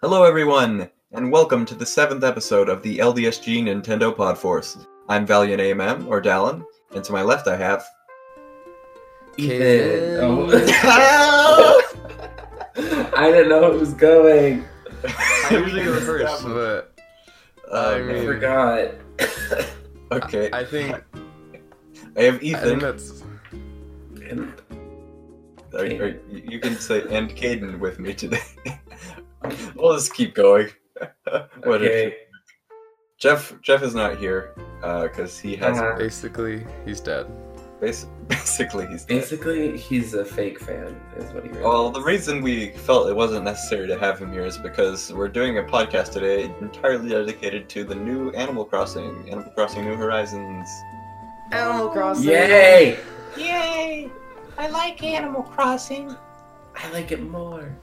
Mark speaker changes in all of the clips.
Speaker 1: Hello, everyone, and welcome to the seventh episode of the LDSG Nintendo Podforce. I'm Valiant AMM, or Dallin, and to my left I have.
Speaker 2: Kid.
Speaker 3: I didn't know it was going.
Speaker 1: I usually go first.
Speaker 2: But
Speaker 1: Oh,
Speaker 2: I
Speaker 3: I
Speaker 1: man.
Speaker 2: mean-
Speaker 3: forgot.
Speaker 1: okay,
Speaker 2: I think
Speaker 1: I have
Speaker 2: I think
Speaker 1: Ethan.
Speaker 2: that's
Speaker 3: And
Speaker 1: Or- or you- you can say and Caden with me today. we'll just keep going. What if-
Speaker 3: okay.
Speaker 1: Jeff Jeff is not here because he has
Speaker 3: Uh-huh.
Speaker 2: basically he's dead.
Speaker 1: bas- basically he's dead.
Speaker 3: Basically, he's a fake fan, is what he really
Speaker 1: Well, the reason we felt it wasn't necessary to have him here is because we're doing a podcast today entirely dedicated to the new Animal Crossing, Animal Crossing New Horizons.
Speaker 2: Animal Crossing.
Speaker 3: Yay!
Speaker 4: Yay! I like Animal Crossing.
Speaker 3: I like it more.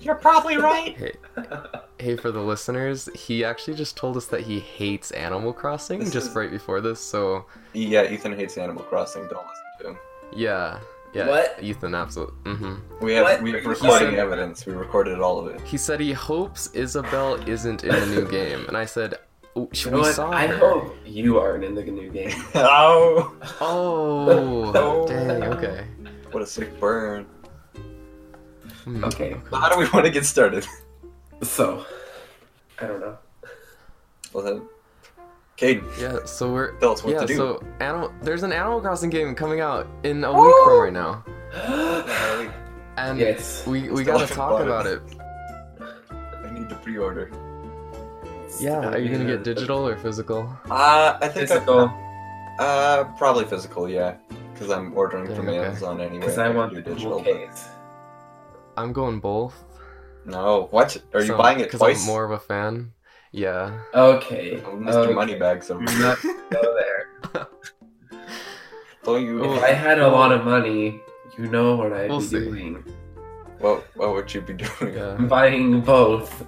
Speaker 4: You're probably right.
Speaker 2: Hey, hey, for the listeners, he actually just told us that he hates Animal Crossing
Speaker 1: This
Speaker 2: just
Speaker 1: is-
Speaker 2: right before this. So
Speaker 1: Yeah, Ethan hates Animal Crossing. Don't listen to him.
Speaker 2: yeah, yeah.
Speaker 3: What?
Speaker 2: Ethan, absolutely. hmm
Speaker 1: We have
Speaker 3: What?
Speaker 1: we have
Speaker 3: He
Speaker 1: recording
Speaker 2: said-
Speaker 1: evidence. We recorded all of it.
Speaker 2: He said he hopes Isabel isn't in the new game, and I said. "Oh,
Speaker 3: You
Speaker 2: Should
Speaker 3: know
Speaker 2: we
Speaker 3: what?
Speaker 2: saw
Speaker 3: I
Speaker 2: her."
Speaker 3: hope you aren't in the new game.
Speaker 1: oh,
Speaker 2: Oh,
Speaker 1: Oh.
Speaker 2: dang. Okay.
Speaker 1: what a sick burn!
Speaker 2: Hmm,
Speaker 3: Okay.
Speaker 1: So how do we want to get started?
Speaker 3: So, I don't know.
Speaker 1: Well, then, Caden,
Speaker 2: Yeah. So we're.
Speaker 1: tell us what
Speaker 2: yeah.
Speaker 1: to do.
Speaker 2: So animal. There's an Animal Crossing game coming out in a week
Speaker 3: Oh!
Speaker 2: from right now.
Speaker 1: Uh, wait,
Speaker 2: And
Speaker 3: yes.
Speaker 2: we, we
Speaker 1: Still
Speaker 2: gotta
Speaker 1: haven't
Speaker 2: talk
Speaker 1: bought it.
Speaker 2: about it.
Speaker 1: I need to pre-order.
Speaker 2: Yeah, are you gonna
Speaker 3: Uh,
Speaker 2: get digital or physical?
Speaker 1: Uh, I think
Speaker 3: Physical.
Speaker 1: I, uh, probably physical. Yeah, because I'm ordering
Speaker 2: Yeah,
Speaker 1: from
Speaker 2: okay.
Speaker 1: Amazon anyway.
Speaker 3: Because
Speaker 1: I
Speaker 3: I
Speaker 1: can
Speaker 3: want
Speaker 1: do
Speaker 3: the digital
Speaker 1: but-
Speaker 3: case.
Speaker 2: I'm going both.
Speaker 1: No, what? Are you
Speaker 2: so-
Speaker 1: buying it
Speaker 2: 'cause
Speaker 1: twice?
Speaker 2: I'm more of a fan. Yeah.
Speaker 3: Okay.
Speaker 1: Oh, Mr.
Speaker 3: okay.
Speaker 1: Moneybags over
Speaker 3: I'm
Speaker 1: here.
Speaker 3: not gonna go there.
Speaker 1: Don't you?
Speaker 2: Oh.
Speaker 3: If I had a lot of money, you know what I'd
Speaker 2: We'll
Speaker 3: be
Speaker 2: see.
Speaker 3: doing.
Speaker 1: What? What would you be doing?
Speaker 2: Yeah.
Speaker 3: I'm buying both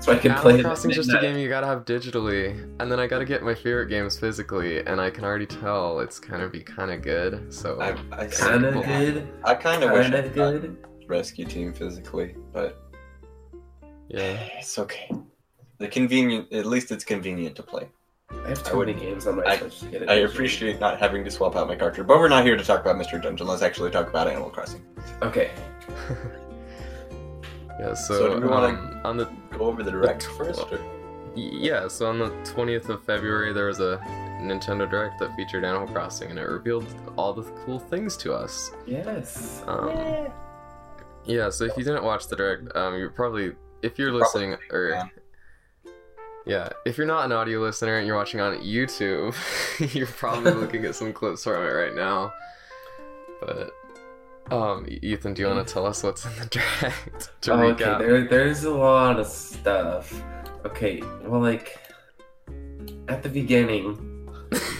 Speaker 3: so I can play
Speaker 2: Animal
Speaker 3: them
Speaker 2: Crossing's
Speaker 3: at
Speaker 2: just a
Speaker 3: midnight.
Speaker 2: game you gotta have digitally, and then I gotta get my favorite games physically, and I can already tell it's gonna be kind of good. So
Speaker 1: I, I,
Speaker 2: Kinda.
Speaker 3: Kinda good.
Speaker 1: I kind of wish I
Speaker 3: Kinda
Speaker 1: got
Speaker 3: good.
Speaker 1: rescue team physically, but
Speaker 2: yeah,
Speaker 1: it's okay. The convenient, at least it's convenient to play.
Speaker 3: I have
Speaker 1: I
Speaker 3: too
Speaker 1: would-
Speaker 3: many games on my
Speaker 1: I-
Speaker 3: Switch to get it.
Speaker 1: I appreciate not having to swap out my cartridge, but we're not here to talk about Mr. Dungeon. Let's actually talk about Animal Crossing.
Speaker 3: Okay.
Speaker 2: yeah. So,
Speaker 1: So do we wanna-
Speaker 2: um, on the
Speaker 1: Go over the direct first. Or...
Speaker 2: y- yeah, so on the 20th of February there was a Nintendo Direct that featured Animal Crossing, and it revealed all the cool things to us.
Speaker 3: Yes.
Speaker 2: Um, Yeah, so if you didn't watch the direct, um, you're probably if you're
Speaker 1: You're probably
Speaker 2: listening or yeah, if you're not an audio listener and you're watching on YouTube, you're probably looking at some clips from it right now. But um, Ethan, do you want to tell us what's in the direct to
Speaker 1: Oh,
Speaker 3: okay.
Speaker 2: recap?
Speaker 3: There, there's a lot of stuff. Okay. Well, like at the beginning,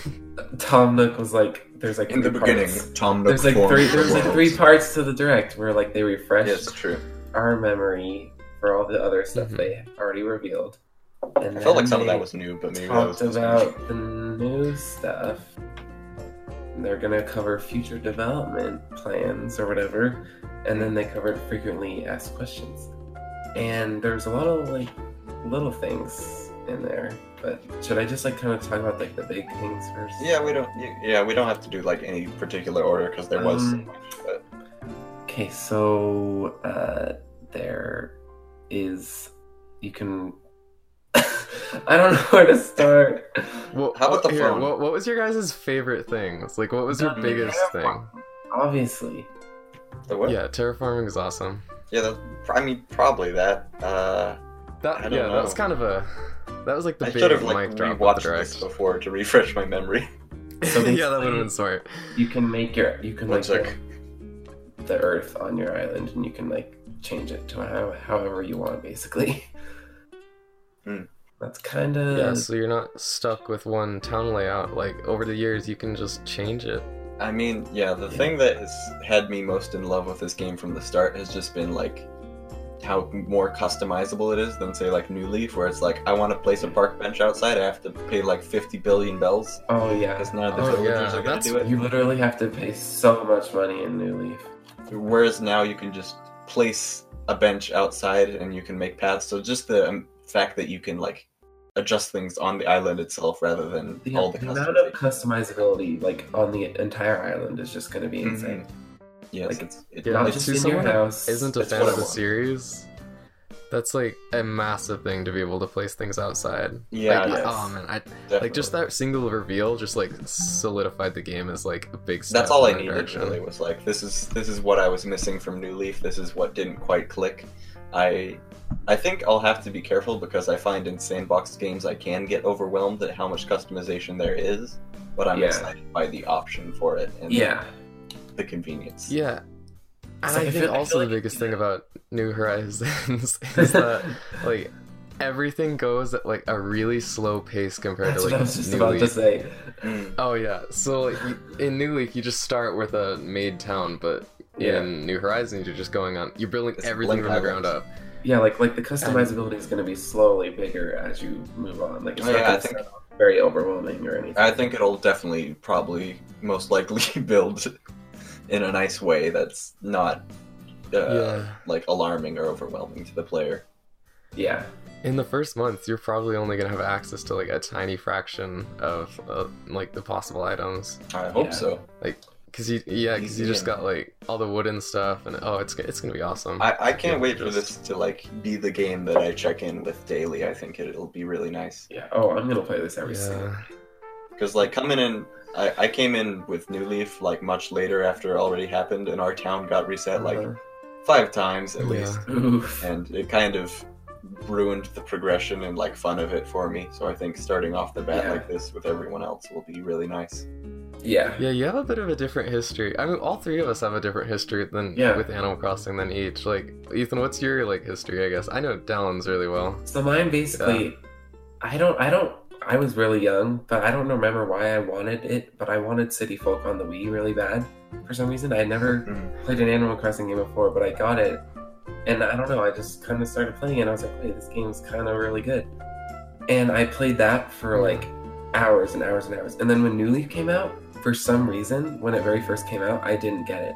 Speaker 3: Tom Nook was like, "There's like
Speaker 1: In the
Speaker 3: three
Speaker 1: beginning,
Speaker 3: parts.
Speaker 1: Tom Nook
Speaker 3: There's like
Speaker 1: formed
Speaker 3: three.
Speaker 1: the
Speaker 3: There's like
Speaker 1: world.
Speaker 3: three parts to the direct where like they
Speaker 1: Yeah,
Speaker 3: refreshed
Speaker 1: it's true.
Speaker 3: our memory for all the other stuff
Speaker 2: Mhm.
Speaker 3: they already revealed. And
Speaker 1: Mm-hmm. I felt like
Speaker 3: then
Speaker 1: some of
Speaker 3: they-
Speaker 1: that was new, but maybe that was
Speaker 3: talked
Speaker 1: just-
Speaker 3: about the new stuff. They're gonna cover future development plans or whatever, and then they covered frequently asked questions. And there's a lot of like little things in there, but should I just like kind of talk about like the big things first?
Speaker 1: Yeah, we don't. y- Yeah, we don't have to do like any particular order because there was. so
Speaker 3: Um,
Speaker 1: much, but
Speaker 3: Okay, so uh, there is you can. I don't know where to start.
Speaker 2: Well,
Speaker 1: How about
Speaker 2: what-
Speaker 1: the
Speaker 2: here,
Speaker 1: phone?
Speaker 2: What, what was your guys' favorite things? Like, what was your
Speaker 3: Um,
Speaker 2: biggest thing?
Speaker 3: Obviously,
Speaker 1: the what?
Speaker 2: Yeah, terraforming is awesome.
Speaker 1: yeah. That, I mean, probably that. Uh, I
Speaker 2: That yeah,
Speaker 1: don't know.
Speaker 2: that was kind of a that was like the
Speaker 1: I
Speaker 2: big
Speaker 1: should have like
Speaker 2: mic drop of the
Speaker 1: rewatched this
Speaker 2: direct.
Speaker 1: before to refresh my memory.
Speaker 3: So
Speaker 2: yeah, that
Speaker 3: basically-
Speaker 2: would have been smart.
Speaker 3: you can make your you can
Speaker 1: One
Speaker 3: like
Speaker 1: sec.
Speaker 3: the earth on your island and you can like change it to how, however you want basically
Speaker 1: Hmm.
Speaker 3: that's kind of
Speaker 2: Yeah, so you're not stuck with one town layout. Like over the years, you can just change it.
Speaker 1: I mean, yeah. The thing that has had me most in love with this game from the start has just been like how more customizable it is than say like New Leaf, where it's like I want to place a park bench outside. I have to pay like fifty billion bells
Speaker 3: oh yeah
Speaker 1: because none of the
Speaker 2: Oh,
Speaker 1: villagers
Speaker 2: yeah,
Speaker 1: are gonna
Speaker 2: that's-
Speaker 1: do it.
Speaker 3: you literally have to pay so much money in new leaf
Speaker 1: Whereas now you can just place a bench outside and you can make paths. So just the um, fact that you can like adjust things on the island itself rather than
Speaker 3: The,
Speaker 1: all the
Speaker 3: the
Speaker 1: custom.
Speaker 3: amount of customizability, like on the entire island, is just going to be
Speaker 1: Mm-hmm.
Speaker 3: insane.
Speaker 1: Yes,
Speaker 3: like,
Speaker 1: it's, it,
Speaker 2: Yeah,
Speaker 3: Not
Speaker 1: it's,
Speaker 2: it's-
Speaker 3: just
Speaker 2: to
Speaker 3: in your
Speaker 2: someone that
Speaker 3: house.
Speaker 2: Isn't a
Speaker 1: That's
Speaker 2: fan
Speaker 1: what
Speaker 2: of
Speaker 1: I
Speaker 2: the
Speaker 1: want.
Speaker 2: series? That's like a massive thing to be able to place things outside.
Speaker 1: yeah,
Speaker 2: like,
Speaker 1: yes,
Speaker 2: oh man, I,
Speaker 1: definitely.
Speaker 2: like just that single reveal just like solidified the game as like a big step.
Speaker 1: That's all I
Speaker 2: in that
Speaker 1: needed
Speaker 2: direction.
Speaker 1: really was like this is this is what I was missing from New Leaf. This is what didn't quite click. I I think I'll have to be careful because I find in sandbox games I can get overwhelmed at how much customization there is, but I'm
Speaker 3: Yeah.
Speaker 1: excited by the option for it and
Speaker 3: Yeah.
Speaker 1: the convenience.
Speaker 2: Yeah. And
Speaker 3: It's
Speaker 2: I
Speaker 3: like, I
Speaker 2: think
Speaker 3: feel- I
Speaker 2: also
Speaker 3: feel like
Speaker 2: the
Speaker 3: you
Speaker 2: biggest
Speaker 3: do
Speaker 2: thing about New Horizons is that like everything goes at like a really slow pace compared
Speaker 3: That's
Speaker 2: to
Speaker 3: what
Speaker 2: like
Speaker 3: I was just
Speaker 2: New
Speaker 3: about
Speaker 2: Leaf.
Speaker 3: to say.
Speaker 1: Mm.
Speaker 2: Oh yeah. So like, you, in New Leaf, you just start with a made town, but
Speaker 3: Yeah.
Speaker 2: in New Horizons, you're just going on. You're building
Speaker 1: It's
Speaker 2: everything
Speaker 1: Blink
Speaker 2: from the
Speaker 1: Island.
Speaker 2: ground up.
Speaker 3: Yeah, like like the customizability is going to be slowly bigger as you move on. Like it's
Speaker 1: Oh,
Speaker 3: not
Speaker 1: yeah, I
Speaker 3: gonna
Speaker 1: think-
Speaker 3: sound very overwhelming or anything.
Speaker 1: I think it'll definitely probably most likely build in a nice way that's not uh,
Speaker 2: yeah.
Speaker 1: like alarming or overwhelming to the player.
Speaker 3: yeah,
Speaker 2: In the first month, you're probably only gonna have access to like a tiny fraction of uh, like the possible items,
Speaker 1: I hope
Speaker 3: Yeah.
Speaker 1: so.
Speaker 2: because you yeah, because you just
Speaker 1: Yeah.
Speaker 2: got like all the wooden stuff, and oh, it's it's gonna be awesome.
Speaker 1: I, I can't
Speaker 2: Yeah,
Speaker 1: wait for
Speaker 2: just-
Speaker 1: this to like be the game that I check in with daily. I think it, it'll be really nice
Speaker 3: yeah. Oh, I'm gonna play this every single.
Speaker 2: yeah.
Speaker 1: because like coming in, I, I came in with New Leaf like much later after it already happened, and our town got reset like
Speaker 3: Uh-huh.
Speaker 1: five times at
Speaker 2: Yeah.
Speaker 1: least,
Speaker 3: Oof.
Speaker 1: and it kind of ruined the progression and like fun of it for me. So I think starting off the bat
Speaker 3: Yeah.
Speaker 1: like this with everyone else will be really nice.
Speaker 3: Yeah.
Speaker 2: Yeah, you have a bit of a different history. I mean, all three of us have a different history than
Speaker 3: Yeah.
Speaker 2: with Animal Crossing than each. Like, Ethan, what's your like history? I guess I know Dallin's really well.
Speaker 3: So mine basically, I don't, I don't, I was really young, but I don't remember why I wanted it, but I wanted City Folk on the Wii really bad. For some reason, I never
Speaker 2: Mm-hmm.
Speaker 1: Mhm.
Speaker 3: played an Animal Crossing game before, but I got it, and I don't know, I just kind of started playing it. and I was like, wait, this game's kind of really good, and I played that
Speaker 2: Mm.
Speaker 3: for like hours and hours and hours. And then when New Leaf came out, for some reason, when it very first came out, I didn't get it.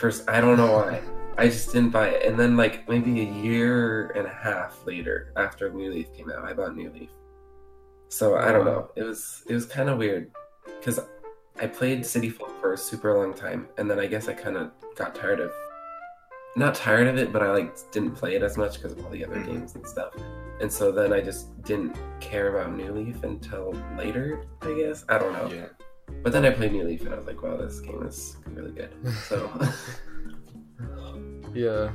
Speaker 3: First, I don't know why. I just didn't buy it. And then, like, maybe a year and a half later, after New Leaf came out, I bought New Leaf. So I don't know. It was it was kind of weird because I played City Folk for a super long time, and then I guess I kind of got tired of not tired of it, but I like didn't play it as much because of all the other
Speaker 1: Mhm.
Speaker 3: games and stuff. And so then I just didn't care about New Leaf until later, I guess. I don't know.
Speaker 1: Yeah.
Speaker 3: But then I played New Leaf and I was like, wow, this game is really good. So
Speaker 2: Yeah,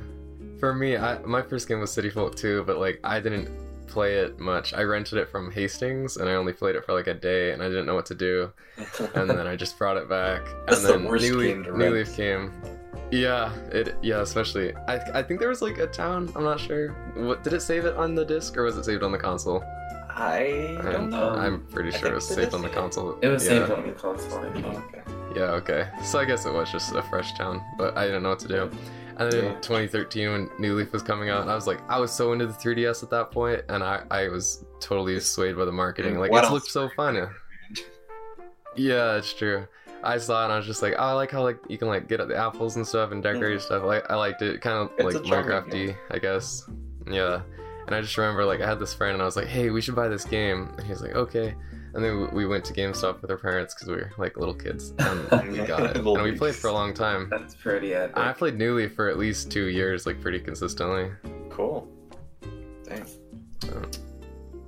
Speaker 2: for me, I, my first game was City Folk 2, but like I didn't play it much. I rented it from Hastings, and I only played it for like a day, and I didn't know what to do, and then I just brought it back.
Speaker 1: That's
Speaker 2: and
Speaker 1: the
Speaker 2: then
Speaker 1: worst
Speaker 2: New Leaf,
Speaker 1: game to
Speaker 2: New
Speaker 1: rent.
Speaker 2: Leaf came. Yeah, it yeah, especially I I think there was like a town. I'm not sure. What did it save it on the disc or was it saved on the console?
Speaker 1: I don't
Speaker 2: I'm-
Speaker 1: know.
Speaker 3: Um,
Speaker 2: I'm pretty
Speaker 1: I
Speaker 2: sure
Speaker 1: think
Speaker 2: it was
Speaker 1: it
Speaker 2: saved
Speaker 1: is
Speaker 2: on the
Speaker 1: saved.
Speaker 2: console.
Speaker 3: it was
Speaker 2: yeah.
Speaker 3: saved on the console. I think.
Speaker 1: okay.
Speaker 2: Yeah, okay. So I guess it was just a fresh town, but I didn't know what to do. And then in
Speaker 1: Yeah.
Speaker 2: 2013, when New Leaf was coming out, I was like, I was so into the 3DS at that point, and I, I was totally swayed by the marketing. Like,
Speaker 1: What
Speaker 2: it
Speaker 1: else?
Speaker 2: looked so fun. Yeah, it's true. I saw it and I was just like, oh, I like how like you can like get at the apples and stuff and decorate your stuff. Like I liked it, kind of
Speaker 1: Mm-hmm. It's
Speaker 2: like
Speaker 1: a charming
Speaker 2: Minecrafty, I guess. Yeah. And I just remember like I had this friend and I was like, hey, we should buy this game, and he was like, okay. And then we we went to GameStop with our parents because we were like little kids, and we got it, and
Speaker 1: Little
Speaker 2: we played
Speaker 1: beasts.
Speaker 2: for a long time.
Speaker 3: That's pretty epic.
Speaker 2: I played Newly for at least two years, like pretty consistently.
Speaker 1: Cool. Dang.
Speaker 2: Um,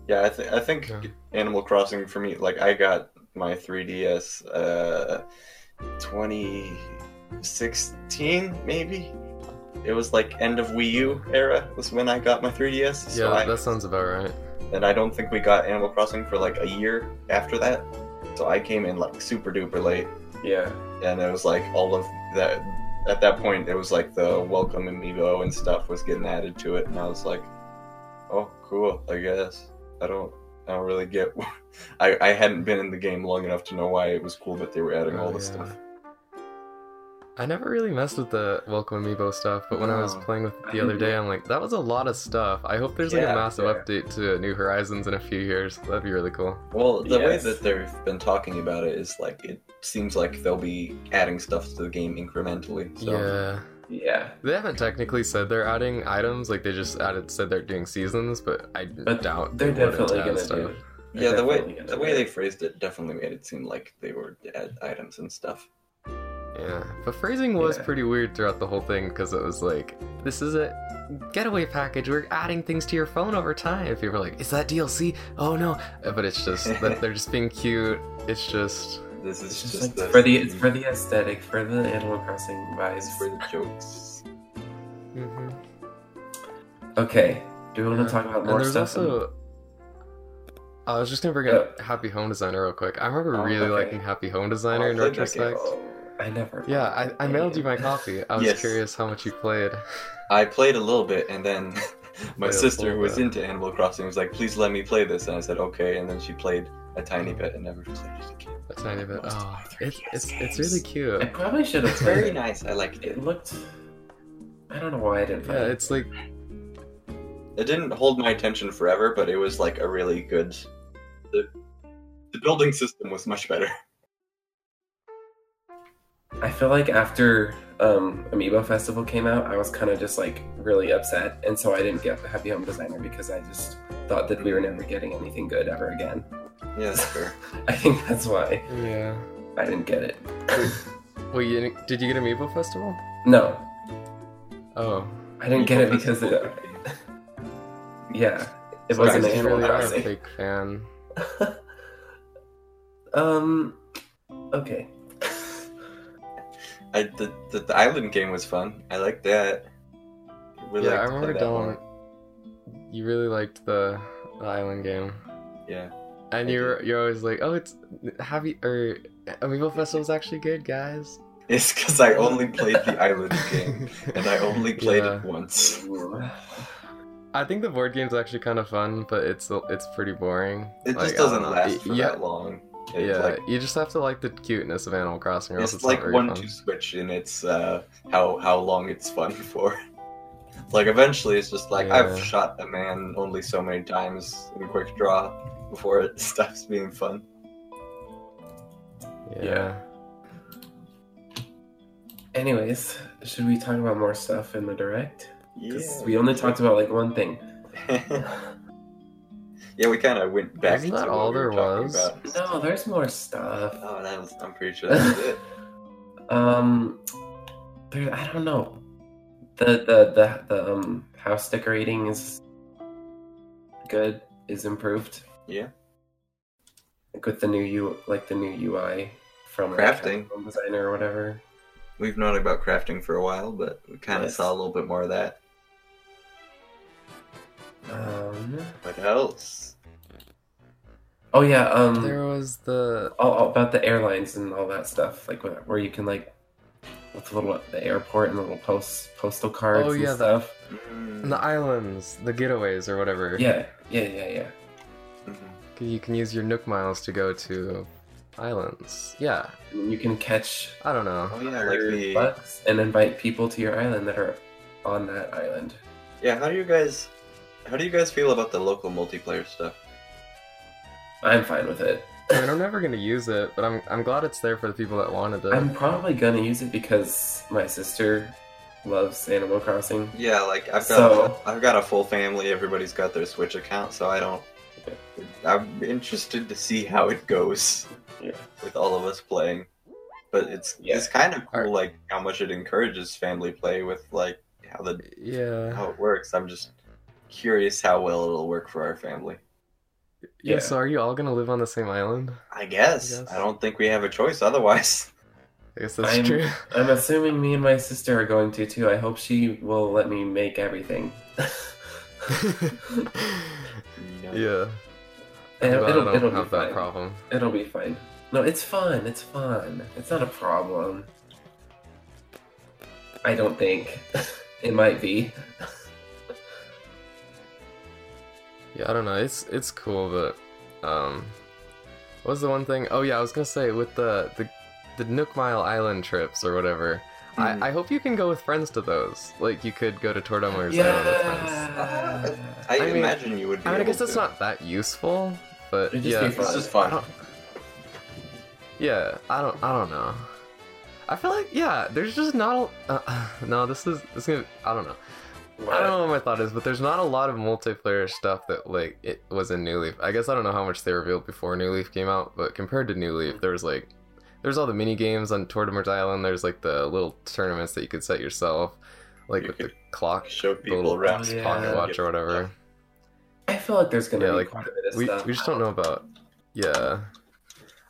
Speaker 1: Yeah, I, th- I think
Speaker 2: yeah.
Speaker 1: Animal Crossing for me, like, I got my 3DS uh, 2016, maybe? It was like end of Wii U era was when I got my 3DS. So
Speaker 2: yeah,
Speaker 1: I,
Speaker 2: that sounds about right.
Speaker 1: and I don't think we got Animal Crossing for like a year after that. So I came in like super duper late.
Speaker 3: yeah.
Speaker 1: and it was like all of that at that point it was like the welcome amiibo and stuff was getting added to it and i was like oh cool i guess i don't i don't really get I, I hadn't been in the game long enough to know why it was cool that they were adding all
Speaker 2: Oh,
Speaker 1: this
Speaker 2: yeah.
Speaker 1: stuff
Speaker 2: I never really messed with the Welcome Amiibo stuff, but when I was
Speaker 1: No.
Speaker 2: playing with it the
Speaker 3: I
Speaker 2: other
Speaker 3: didn't
Speaker 2: day, I'm like, that was a lot of stuff. I hope there's like a
Speaker 1: Yeah,
Speaker 2: massive
Speaker 3: yeah.
Speaker 2: update to New Horizons in a few years. That'd be really cool.
Speaker 1: well the
Speaker 3: Yes.
Speaker 1: way that they've been talking about it is like it seems like they'll be adding stuff to the game incrementally so
Speaker 2: Yeah.
Speaker 3: Yeah,
Speaker 2: They haven't technically said they're adding items. Like they just added said they're doing seasons, but I
Speaker 3: But
Speaker 2: doubt
Speaker 3: they're
Speaker 2: they wouldn't
Speaker 3: definitely
Speaker 2: add
Speaker 3: gonna
Speaker 2: stuff.
Speaker 3: do. They're
Speaker 1: yeah, the
Speaker 3: definitely
Speaker 1: way
Speaker 3: gonna
Speaker 1: the
Speaker 3: do
Speaker 1: way
Speaker 3: it.
Speaker 1: they phrased it definitely made it seem like they were to add items and stuff.
Speaker 2: Yeah, but phrasing was
Speaker 3: Yeah.
Speaker 2: pretty weird throughout the whole thing because it was like, this is a getaway package. We're adding things to your phone over time. If people are like, is that DLC? Oh no! Uh, But it's just that they're just being cute. It's just
Speaker 1: This is
Speaker 3: It's
Speaker 1: just,
Speaker 3: just like
Speaker 1: the,
Speaker 3: for the it's for the aesthetic, for the Animal Crossing
Speaker 1: it's
Speaker 3: vibes.
Speaker 1: for the jokes.
Speaker 3: Okay, do we want
Speaker 2: Yeah.
Speaker 3: to talk about
Speaker 2: and
Speaker 3: more
Speaker 2: there's
Speaker 3: stuff? in-
Speaker 2: also. I was just gonna bring up Happy Home Designer real quick. I remember
Speaker 3: Oh,
Speaker 2: really
Speaker 3: okay.
Speaker 2: liking Happy Home Designer
Speaker 1: Oh,
Speaker 2: in
Speaker 1: I played that game.
Speaker 2: retrospect.
Speaker 3: Oh, I never.
Speaker 2: Yeah, I, I mailed you my copy. I was
Speaker 1: Yes.
Speaker 2: curious how much you played.
Speaker 1: I played a little bit, and then my
Speaker 2: Played a
Speaker 1: sister,
Speaker 2: little
Speaker 1: who was
Speaker 2: bit.
Speaker 1: into Animal Crossing, was like, "Please let me play this," and I said, "Okay," and then she played a tiny bit and never played it again.
Speaker 2: A tiny bit.
Speaker 1: Most of
Speaker 2: Oh,
Speaker 1: my 3DS
Speaker 2: it's it's, it's
Speaker 1: games.
Speaker 2: really cute.
Speaker 3: I probably should have
Speaker 1: It's very
Speaker 3: played it.
Speaker 1: nice. I liked it.
Speaker 3: It looked. I don't know why I didn't.
Speaker 2: Yeah,
Speaker 3: play it.
Speaker 2: it's like
Speaker 1: It didn't hold my attention forever, but it was like a really good. The, the building system was much better.
Speaker 3: I feel like after um, Amiibo Festival came out, I was kind of just like really upset, and so I didn't get the Happy Home Designer because I just thought that we were never getting anything good ever again.
Speaker 1: Yeah, that's fair.
Speaker 3: I think that's why
Speaker 2: yeah.
Speaker 3: I didn't get it.
Speaker 2: Well, you didn't, did you get Amiibo Festival?
Speaker 3: No,
Speaker 2: Oh,
Speaker 3: I didn't get it because of the, yeah, it
Speaker 1: Sorry,
Speaker 3: wasn't
Speaker 1: an
Speaker 2: you
Speaker 3: Animal
Speaker 2: really are a
Speaker 3: Crossing.
Speaker 2: big fan.
Speaker 3: um, okay.
Speaker 1: I the, the the island game was fun. I liked that. We
Speaker 2: yeah,
Speaker 1: liked
Speaker 2: I
Speaker 1: to play
Speaker 2: remember
Speaker 1: that
Speaker 2: Dylan.
Speaker 1: more.
Speaker 2: You really liked the, the island game,
Speaker 1: Yeah,
Speaker 2: and
Speaker 1: I
Speaker 2: you're you're always like, oh, it's happy or Amiibo Festival's actually good, guys.
Speaker 1: it's because I only played the island game, and I only played
Speaker 2: Yeah.
Speaker 1: it once.
Speaker 2: I think the board game's actually kind of fun, but it's it's pretty boring.
Speaker 1: It just
Speaker 2: Like, I
Speaker 1: doesn't
Speaker 2: don't know.
Speaker 1: last for
Speaker 2: yeah,
Speaker 1: that long. It,
Speaker 2: Yeah,
Speaker 1: like,
Speaker 2: you just have to like the cuteness of Animal Crossing, or else
Speaker 1: it's
Speaker 2: it's,
Speaker 1: like
Speaker 2: not very
Speaker 1: one
Speaker 2: fun.
Speaker 1: two switch in its uh, how how long it's fun for. like eventually, it's just like I've
Speaker 2: Yeah.
Speaker 1: shot a man only so many times in quick draw before it stops being fun.
Speaker 2: yeah.
Speaker 3: Yeah. Anyways, should we talk about more stuff in the direct? Because we only talked about like one thing.
Speaker 1: yeah, we kind of went back.
Speaker 2: Wasn't
Speaker 1: to what
Speaker 2: that all
Speaker 1: we were
Speaker 2: there
Speaker 1: talking
Speaker 2: was?
Speaker 1: about.
Speaker 3: No, there's more stuff.
Speaker 1: Oh, that was. I'm pretty sure that's it.
Speaker 3: Um, there, I don't know. The the the the um house decorating is good. Is improved.
Speaker 1: Yeah.
Speaker 3: Like with the new U, like the new UI from like,
Speaker 1: Crafting.
Speaker 3: Home designer or whatever.
Speaker 1: We've known about crafting for a while, but we kind of
Speaker 3: Yes.
Speaker 1: saw a little bit more of that.
Speaker 3: Um.
Speaker 1: What else?
Speaker 3: Oh yeah. Um.
Speaker 2: There was the
Speaker 3: all, all about the airlines and all that stuff, like where, where you can like with the little the airport and the little post postal cards
Speaker 2: Oh,
Speaker 3: and
Speaker 2: yeah, that-
Speaker 3: stuff.
Speaker 1: Mm,
Speaker 2: the islands, the getaways, or whatever.
Speaker 3: Yeah, yeah, yeah, yeah.
Speaker 1: mhm.
Speaker 2: You can use your Nook miles to go to islands. Yeah,
Speaker 3: And you can catch
Speaker 2: I don't know.
Speaker 1: Oh yeah, like the
Speaker 3: bugs and invite people to your island that are on that island.
Speaker 1: yeah. How do you guys? How do you guys feel about the local multiplayer stuff?
Speaker 3: I'm fine with it.
Speaker 2: I mean, I'm never gonna use it, but I'm I'm glad it's there for the people that wanted it.
Speaker 3: I'm probably gonna use it because my sister loves Animal Crossing.
Speaker 1: Yeah, like I've got
Speaker 3: So-
Speaker 1: I've got a full family. Everybody's got their Switch account, so I don't. I'm interested to see how it goes
Speaker 3: Yeah.
Speaker 1: with all of us playing, but it's
Speaker 3: Yeah.
Speaker 1: it's kind of cool,
Speaker 2: Alright.
Speaker 1: like how much it encourages family play with like how the
Speaker 2: yeah.
Speaker 1: how it works. I'm just curious how well it'll work for our family.
Speaker 2: yeah.
Speaker 3: yeah.
Speaker 2: So are you all gonna live on the same island?
Speaker 1: I guess I,
Speaker 2: guess.
Speaker 1: don't think we have a choice otherwise.
Speaker 2: I guess that's
Speaker 3: I'm-
Speaker 2: true.
Speaker 3: I'm assuming me and my sister are going to too. I hope she will let me make everything.
Speaker 2: yeah.
Speaker 3: It-
Speaker 2: I'm glad
Speaker 3: it'll-
Speaker 2: I don't
Speaker 3: it'll be
Speaker 2: have that
Speaker 3: fine.
Speaker 2: problem.
Speaker 3: It'll be fine. No, it's fun. It's fun. It's not a problem. I don't think. it might be.
Speaker 2: Yeah, I don't know. It's it's cool, but um, what was the one thing? Oh yeah, I was gonna say with the the the Nook Mile Island trips or whatever.
Speaker 1: Mhm.
Speaker 2: I, I hope you can go with friends to those. Like you could go to Tordomer's Island with friends.
Speaker 3: Yeah.
Speaker 1: I,
Speaker 2: I mean-
Speaker 1: imagine you would. Be
Speaker 2: I mean, I
Speaker 1: able
Speaker 2: guess that's
Speaker 1: to.
Speaker 2: not that useful, but
Speaker 3: It'd just
Speaker 2: yeah,
Speaker 3: be
Speaker 2: it's
Speaker 3: fun.
Speaker 1: It's just
Speaker 2: I
Speaker 1: fun.
Speaker 2: don't- yeah, I don't, I don't know. I feel like yeah, there's just not. A, uh, no, this is this is gonna. I don't know. I don't know what my thought is, but there's not a lot of multiplayer stuff that like it was in New Leaf. I guess I don't know how much they revealed before New Leaf came out, but compared to New Leaf, there was like there's all the mini games on Tortimer's Island. There's like the little tournaments that you could set yourself, like
Speaker 1: You
Speaker 2: with the
Speaker 1: could
Speaker 2: clock,
Speaker 1: Show
Speaker 2: the
Speaker 1: people
Speaker 2: little
Speaker 1: around.
Speaker 3: yeah.
Speaker 2: pocket watch or whatever.
Speaker 3: I feel like there's gonna
Speaker 2: Yeah,
Speaker 3: be
Speaker 2: like,
Speaker 3: quite a bit of
Speaker 2: We
Speaker 3: stuff. Uh,
Speaker 2: we just don't know about. Yeah,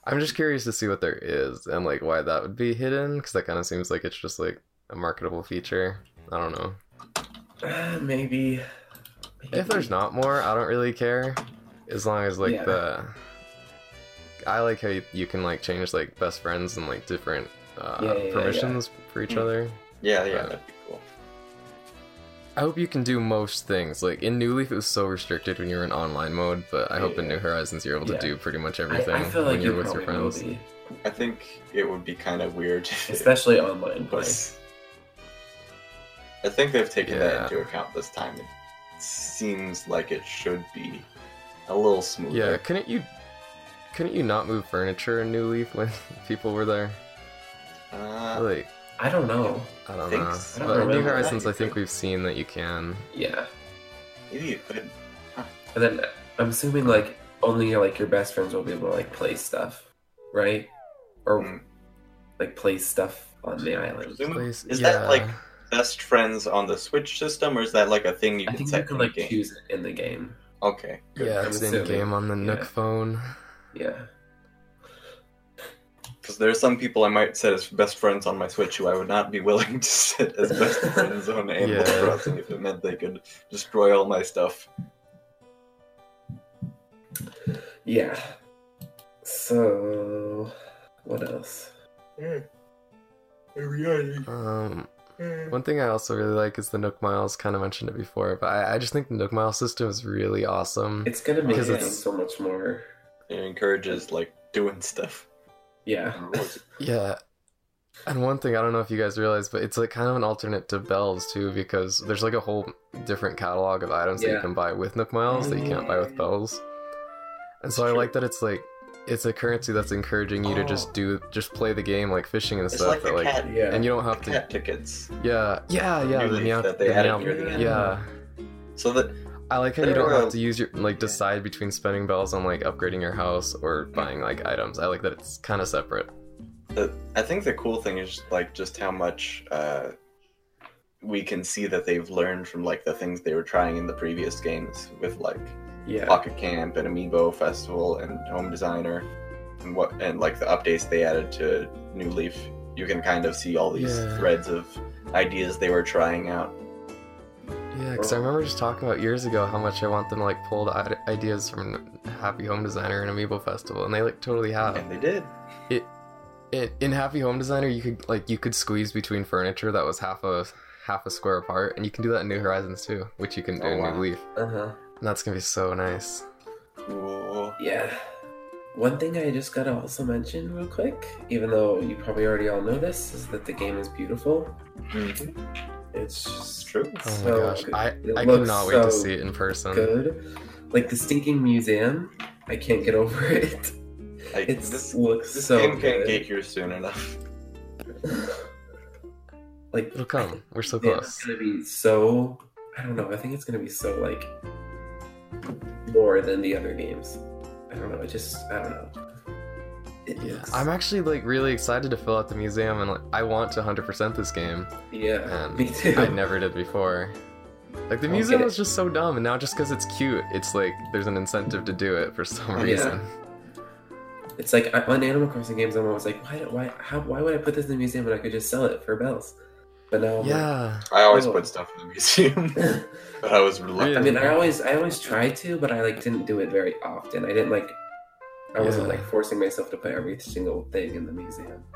Speaker 2: I'm just curious to see what there is and like why that would be hidden because that kind of seems like it's just like a marketable feature. I don't know.
Speaker 3: Uh, maybe, maybe.
Speaker 2: If there's not more, I don't really care. As long as like
Speaker 3: Yeah.
Speaker 2: the I like how you, you can like change like best friends and like different uh,
Speaker 3: Yeah, yeah, yeah,
Speaker 2: permissions for each
Speaker 1: Mm.
Speaker 2: other.
Speaker 1: Yeah, yeah,
Speaker 2: Right.
Speaker 1: that'd be cool.
Speaker 2: I hope you can do most things. Like in New Leaf, it was so restricted when you were in online mode, but I hope in New Horizons you're able to
Speaker 3: Yeah.
Speaker 2: do pretty much
Speaker 3: I,
Speaker 2: everything
Speaker 3: I feel like
Speaker 2: when you're
Speaker 3: you
Speaker 2: with your
Speaker 3: probably will
Speaker 2: friends.
Speaker 3: be,
Speaker 1: I think it would be kind of weird. if it
Speaker 3: especially online play.
Speaker 1: was- I think they've taken
Speaker 2: Yeah.
Speaker 1: that into account this time. It seems like it should be a little smoother.
Speaker 2: Yeah, couldn't you? Couldn't you not move furniture in New Leaf when people were there?
Speaker 1: Uh,
Speaker 2: Like
Speaker 3: I don't know.
Speaker 2: I don't
Speaker 1: think
Speaker 2: know.
Speaker 1: so.
Speaker 3: I don't
Speaker 2: But in New
Speaker 3: remember that.
Speaker 2: Horizons, I think we've seen that you can.
Speaker 3: Yeah,
Speaker 1: maybe it could.
Speaker 3: and then I'm assuming like only like your best friends will be able to like play stuff, right? Or
Speaker 1: Mm.
Speaker 2: Hmm.
Speaker 3: like play stuff on the island.
Speaker 1: Presumably-
Speaker 2: Place-
Speaker 1: Is
Speaker 2: yeah.
Speaker 1: that like best friends on the Switch system, or is that like a thing you
Speaker 3: I
Speaker 1: can
Speaker 3: think you
Speaker 1: set
Speaker 3: can
Speaker 1: in the
Speaker 3: like
Speaker 1: game?
Speaker 3: choose it in the game.
Speaker 1: Okay, good.
Speaker 2: Yeah,
Speaker 3: I'm
Speaker 2: it's in
Speaker 3: assuming.
Speaker 2: game on the Nook
Speaker 3: Yeah.
Speaker 2: phone.
Speaker 3: Yeah.
Speaker 1: Because there are some people I might set as best friends on my Switch who I would not be willing to set as best friends on Animal
Speaker 2: Yeah.
Speaker 1: Crossing if it meant they could destroy all my stuff.
Speaker 3: Yeah. So, what else?
Speaker 2: Um, one thing I also really like is the Nook Miles. Kind of mentioned it before, but I, I just think the Nook Miles system is really awesome.
Speaker 3: It's gonna make
Speaker 1: Because
Speaker 3: it
Speaker 1: it's-
Speaker 3: so much more.
Speaker 1: It encourages like doing stuff.
Speaker 3: Yeah.
Speaker 1: Oh.
Speaker 2: Yeah. And one thing I don't know if you guys realize, but it's like kind of an alternate to Bells too, because there's like a whole different catalog of items that you
Speaker 3: Yeah.
Speaker 2: can buy with Nook Miles that you can't buy with Bells. And so I
Speaker 1: Sure.
Speaker 2: like that it's like it's a currency that's encouraging you to
Speaker 1: Oh.
Speaker 2: just do just play the game like fishing and
Speaker 1: It's
Speaker 2: stuff.
Speaker 1: like the
Speaker 2: that, like,
Speaker 1: cat,
Speaker 3: Yeah.
Speaker 2: and you don't have
Speaker 1: the
Speaker 2: to.
Speaker 1: cat tickets.
Speaker 2: Yeah, yeah, yeah.
Speaker 1: New
Speaker 2: The
Speaker 1: leaf
Speaker 2: meow,
Speaker 1: that they
Speaker 2: the
Speaker 1: added
Speaker 2: meow-
Speaker 1: near the
Speaker 3: end.
Speaker 2: Yeah,
Speaker 1: So that
Speaker 2: I like how you
Speaker 1: There
Speaker 2: don't
Speaker 1: are-
Speaker 2: have to use your like decide between spending bells on like upgrading your house or buying like items. I like that it's kind of separate.
Speaker 1: the, I think the cool thing is like just how much uh, we can see that they've learned from like the things they were trying in the previous games with like
Speaker 3: yeah.
Speaker 1: Pocket Camp and Amiibo Festival and Home Designer and what and like the updates they added to New Leaf. You can kind of see all these
Speaker 2: Yeah.
Speaker 1: threads of ideas they were trying out.
Speaker 2: Yeah, because I remember just talking about years ago how much I want them to like pull the ide- ideas from Happy Home Designer and Amiibo Festival, and they like totally have.
Speaker 1: And they did.
Speaker 2: It, in Happy Home Designer, you could like you could squeeze between furniture that was half a half a square apart, and you can do that in New Horizons too, which you can do
Speaker 1: Oh,
Speaker 2: in
Speaker 1: wow.
Speaker 2: New Leaf.
Speaker 3: Uh huh.
Speaker 2: And that's gonna be so nice.
Speaker 1: Cool.
Speaker 3: Yeah. One thing I just gotta also mention real quick, even though you probably already all know this, is that the game is beautiful.
Speaker 1: Mhm.
Speaker 3: It's just
Speaker 1: True.
Speaker 2: Oh my
Speaker 3: So
Speaker 2: gosh,
Speaker 3: good.
Speaker 2: I
Speaker 3: It
Speaker 2: I
Speaker 3: looks
Speaker 2: cannot wait
Speaker 3: so
Speaker 2: to see it in person.
Speaker 3: good. Like the stinking museum, I can't get over it.
Speaker 1: Like,
Speaker 3: It
Speaker 1: this
Speaker 3: looks
Speaker 1: this
Speaker 3: so
Speaker 1: game can't
Speaker 3: good.
Speaker 1: get here soon enough.
Speaker 3: like
Speaker 2: It'll come. We're so
Speaker 3: Yeah, it's
Speaker 2: close.
Speaker 3: gonna be so. I don't know. I think it's gonna be so like more than the other games. I don't know. It just. I don't know. It
Speaker 2: Yeah,
Speaker 3: looks-
Speaker 2: I'm actually like really excited to fill out the museum, and like, I want to 100% this game.
Speaker 3: yeah.
Speaker 2: Um,
Speaker 3: Me too.
Speaker 2: I never did before. Like the
Speaker 3: I'll
Speaker 2: museum
Speaker 3: get
Speaker 2: was just so dumb, and now just because it's cute, it's like there's an incentive to do it for some
Speaker 3: Yeah.
Speaker 2: reason.
Speaker 3: It's like I, on Animal Crossing games, I'm always like, why? do- Why? How? Why would I put this in the museum when I could just sell it for bells? But now, I'm like-
Speaker 2: Yeah,
Speaker 1: I always
Speaker 3: Oh.
Speaker 1: put stuff in the museum, but I was
Speaker 3: I
Speaker 1: reluctant.
Speaker 3: mean, I always, I always try to, but I like didn't do it very often. I didn't like. I wasn't
Speaker 2: Yeah.
Speaker 3: like forcing myself to put every single thing in the museum.
Speaker 2: I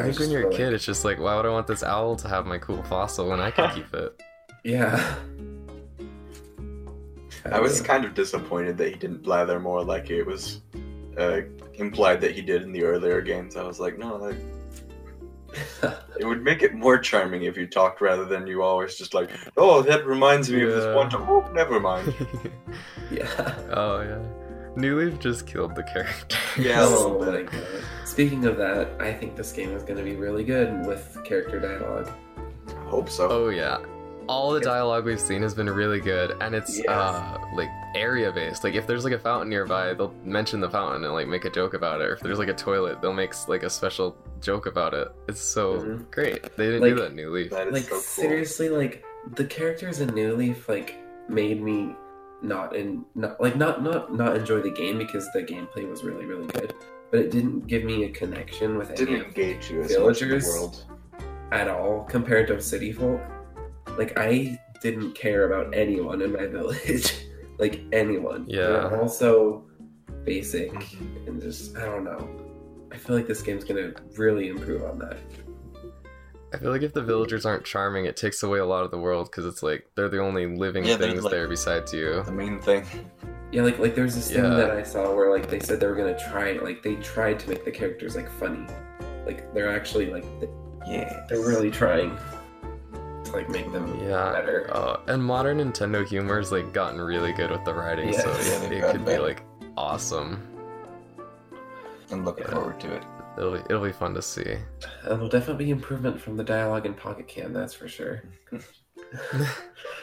Speaker 3: I
Speaker 2: think when
Speaker 3: just
Speaker 2: you're a
Speaker 3: feel
Speaker 2: kid,
Speaker 3: like-
Speaker 2: it's just like, why would I want this owl to have my cool fossil when I can keep it?
Speaker 3: Yeah.
Speaker 1: I was
Speaker 3: Uh,
Speaker 1: kind of disappointed that he didn't blather more like it was uh, implied that he did in the earlier games. I was like, no, like, it would make it more charming if you talked rather than you always just like, oh, that reminds me of
Speaker 2: Yeah.
Speaker 1: this one time. Oh, never mind.
Speaker 3: Yeah.
Speaker 2: oh yeah, New Leaf just killed the character.
Speaker 1: Yeah.
Speaker 3: Oh my god. Speaking of that, I think this game is going to be really good with character dialogue.
Speaker 1: I hope so.
Speaker 2: Oh yeah. All the dialogue we've seen has been really good, and it's
Speaker 3: Yes.
Speaker 2: uh, like area based. Like if there's like a fountain nearby, they'll mention the fountain and like make a joke about it. Or if there's like a toilet, they'll make like a special joke about it. It's so
Speaker 1: Mm-hmm.
Speaker 3: Mhm.
Speaker 2: great. They didn't do
Speaker 3: Like-
Speaker 2: that in New Leaf.
Speaker 1: That is
Speaker 3: like
Speaker 1: so cool.
Speaker 3: seriously, like the characters in New Leaf like made me not in not like not not not enjoy the game because the gameplay was really really good, but it didn't give me a connection with any
Speaker 1: Didn't
Speaker 3: of
Speaker 1: engage you as much in the
Speaker 3: Villagers?
Speaker 1: world.
Speaker 3: at all compared to City Folk. Like I didn't care about anyone in my village, like anyone. They were
Speaker 2: Yeah.
Speaker 3: all so basic
Speaker 1: Mm-hmm.
Speaker 3: and just I don't know. I feel like this game's gonna really improve on that.
Speaker 2: I feel like if the villagers aren't charming, it takes away a lot of the world because it's like they're the only living
Speaker 1: Yeah, they're,
Speaker 2: things
Speaker 1: like-
Speaker 2: there besides you.
Speaker 1: The main thing.
Speaker 3: Yeah, like like there's this
Speaker 2: Yeah.
Speaker 3: thing that I saw where like they said they were gonna try like they tried to make the characters like funny, like they're actually like th-
Speaker 1: Yeah.
Speaker 3: they're really trying to like make them
Speaker 2: Yeah.
Speaker 3: better.
Speaker 2: Uh, and modern Nintendo humor's like gotten really good with the writing, so
Speaker 3: Yes.
Speaker 1: Yeah,
Speaker 2: it,
Speaker 1: they've
Speaker 2: it
Speaker 1: gotten
Speaker 2: could be
Speaker 1: better.
Speaker 2: like awesome.
Speaker 1: I'm looking
Speaker 2: Yeah.
Speaker 1: forward to it.
Speaker 2: It'll be, it'll be fun to see.
Speaker 3: It'll definitely be improvement from the dialogue in Pocket Cam, that's for sure.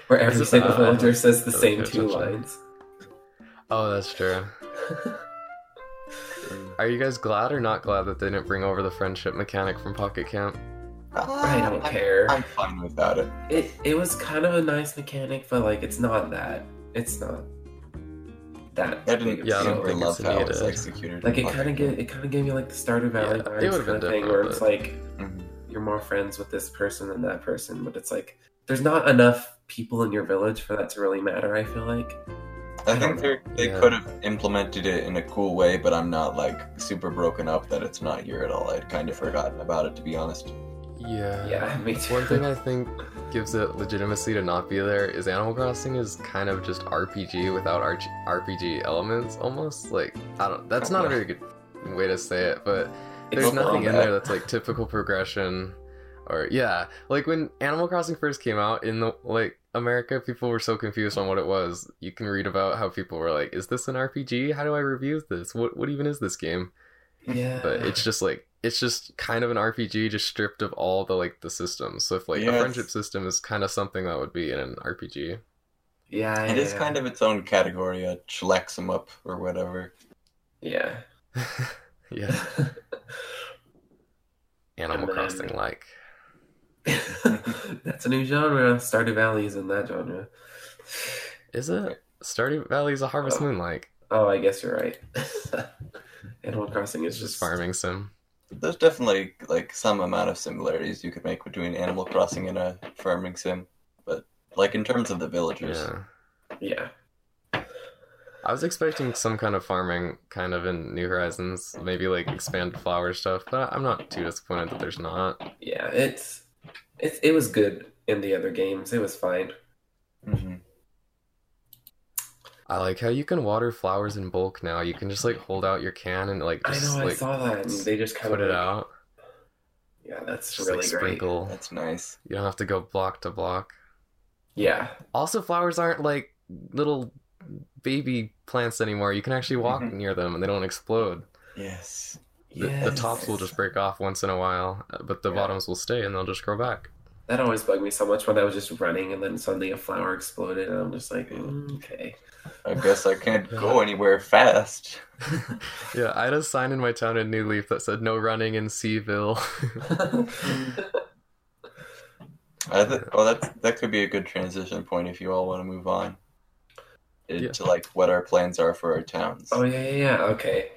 Speaker 3: Where every
Speaker 2: This is,
Speaker 3: single
Speaker 2: uh,
Speaker 3: villager says the
Speaker 2: really
Speaker 3: same
Speaker 2: good
Speaker 3: two
Speaker 2: attention.
Speaker 3: lines.
Speaker 2: oh, that's true. Are you guys glad or not glad that they didn't bring over the friendship mechanic from Pocket Camp?
Speaker 3: I don't
Speaker 1: I'm,
Speaker 3: care.
Speaker 1: Uh, I'm fine without it.
Speaker 3: It it was kind of a nice mechanic, but like it's not that. It's not that.
Speaker 1: I didn't
Speaker 2: Yeah, I
Speaker 1: seem
Speaker 2: don't
Speaker 1: to
Speaker 2: think
Speaker 1: love
Speaker 2: it's
Speaker 1: how it was
Speaker 2: needed.
Speaker 1: executed.
Speaker 3: like
Speaker 1: in
Speaker 3: it kind
Speaker 1: Pocket
Speaker 3: of gave it kind of gave me like the Stardew Valley
Speaker 2: Yeah, it would've
Speaker 3: vibes kind of
Speaker 2: been
Speaker 3: thing,
Speaker 2: different,
Speaker 3: where it's
Speaker 2: but-
Speaker 3: like
Speaker 1: Mhm.
Speaker 2: Mm-hmm.
Speaker 3: you're more friends with this person than that person, but it's like there's not enough people in your village for that to really matter. I feel like
Speaker 1: I think they they
Speaker 2: Yeah.
Speaker 1: could have implemented it in a cool way, but I'm not like super broken up that it's not here at all. I'd kind of forgotten about it to be honest.
Speaker 3: Oh,
Speaker 2: Yeah.
Speaker 3: yeah, me too.
Speaker 2: One thing I think gives it legitimacy to not be there is Animal Crossing is kind of just RPG without arch- RPG elements, almost. Like, I don't, that's not a very good way to say it, but
Speaker 3: It's
Speaker 2: there's nothing in
Speaker 1: combat.
Speaker 2: there that's like typical progression or yeah like when animal crossing first came out in the like america people were so confused on what it was you can read about how people were like is this an rpg how do i review this what what even is this game
Speaker 3: yeah,
Speaker 2: but it's just like it's just kind of an rpg just stripped of all the like the systems so if like a
Speaker 1: Yes.
Speaker 2: friendship system is kind of something that would be in an rpg
Speaker 3: yeah,
Speaker 1: It is kind of its own category, a chlexum up or whatever.
Speaker 3: yeah.
Speaker 2: yeah animal
Speaker 3: And then-
Speaker 2: crossing like
Speaker 3: That's a new genre. Stardew Valley is in that genre.
Speaker 2: is it stardew valley's a harvest moon like
Speaker 3: Oh, I guess you're right. Animal Crossing is
Speaker 2: it's
Speaker 3: just
Speaker 2: just farming sim
Speaker 1: There's definitely like some amount of similarities you could make between Animal Crossing and a farming sim, but like in terms of the villagers,
Speaker 2: yeah
Speaker 3: Yeah,
Speaker 2: I was expecting some kind of farming kind of in New Horizons, maybe like expand flower stuff, but I'm not too disappointed that there's not.
Speaker 3: yeah. It's it's it was good in the other games. It was fine.
Speaker 1: hmm
Speaker 2: I like how you can water flowers in bulk now. You can just like hold out your can and like
Speaker 3: I
Speaker 2: just
Speaker 3: know. I
Speaker 2: like
Speaker 3: saw that. And they just kind
Speaker 2: put
Speaker 3: of
Speaker 2: it out.
Speaker 3: Yeah, that's
Speaker 2: Just
Speaker 3: really
Speaker 2: like
Speaker 3: great.
Speaker 2: sprinkle.
Speaker 1: that's nice.
Speaker 2: You don't have to go block to block.
Speaker 3: Yeah,
Speaker 2: Also flowers aren't like little baby plants anymore. You can actually walk
Speaker 1: Mhm.
Speaker 2: near them and they don't explode.
Speaker 1: Yes,
Speaker 2: The, the tops will just break off once in a while, uh, but the
Speaker 3: Yeah.
Speaker 2: bottoms will stay and they'll just grow back.
Speaker 3: That always bugged me so much when I was just running and then suddenly a flower exploded and I'm just like, mm, okay.
Speaker 1: I guess I can't go anywhere fast.
Speaker 2: Yeah, I had a sign in my town in New Leaf that said no running in Seaville.
Speaker 1: I th- well, that's that could be a good transition point if you all want to move on into
Speaker 2: Yeah.
Speaker 1: like what our plans are for our towns.
Speaker 3: oh yeah, yeah, yeah. Okay.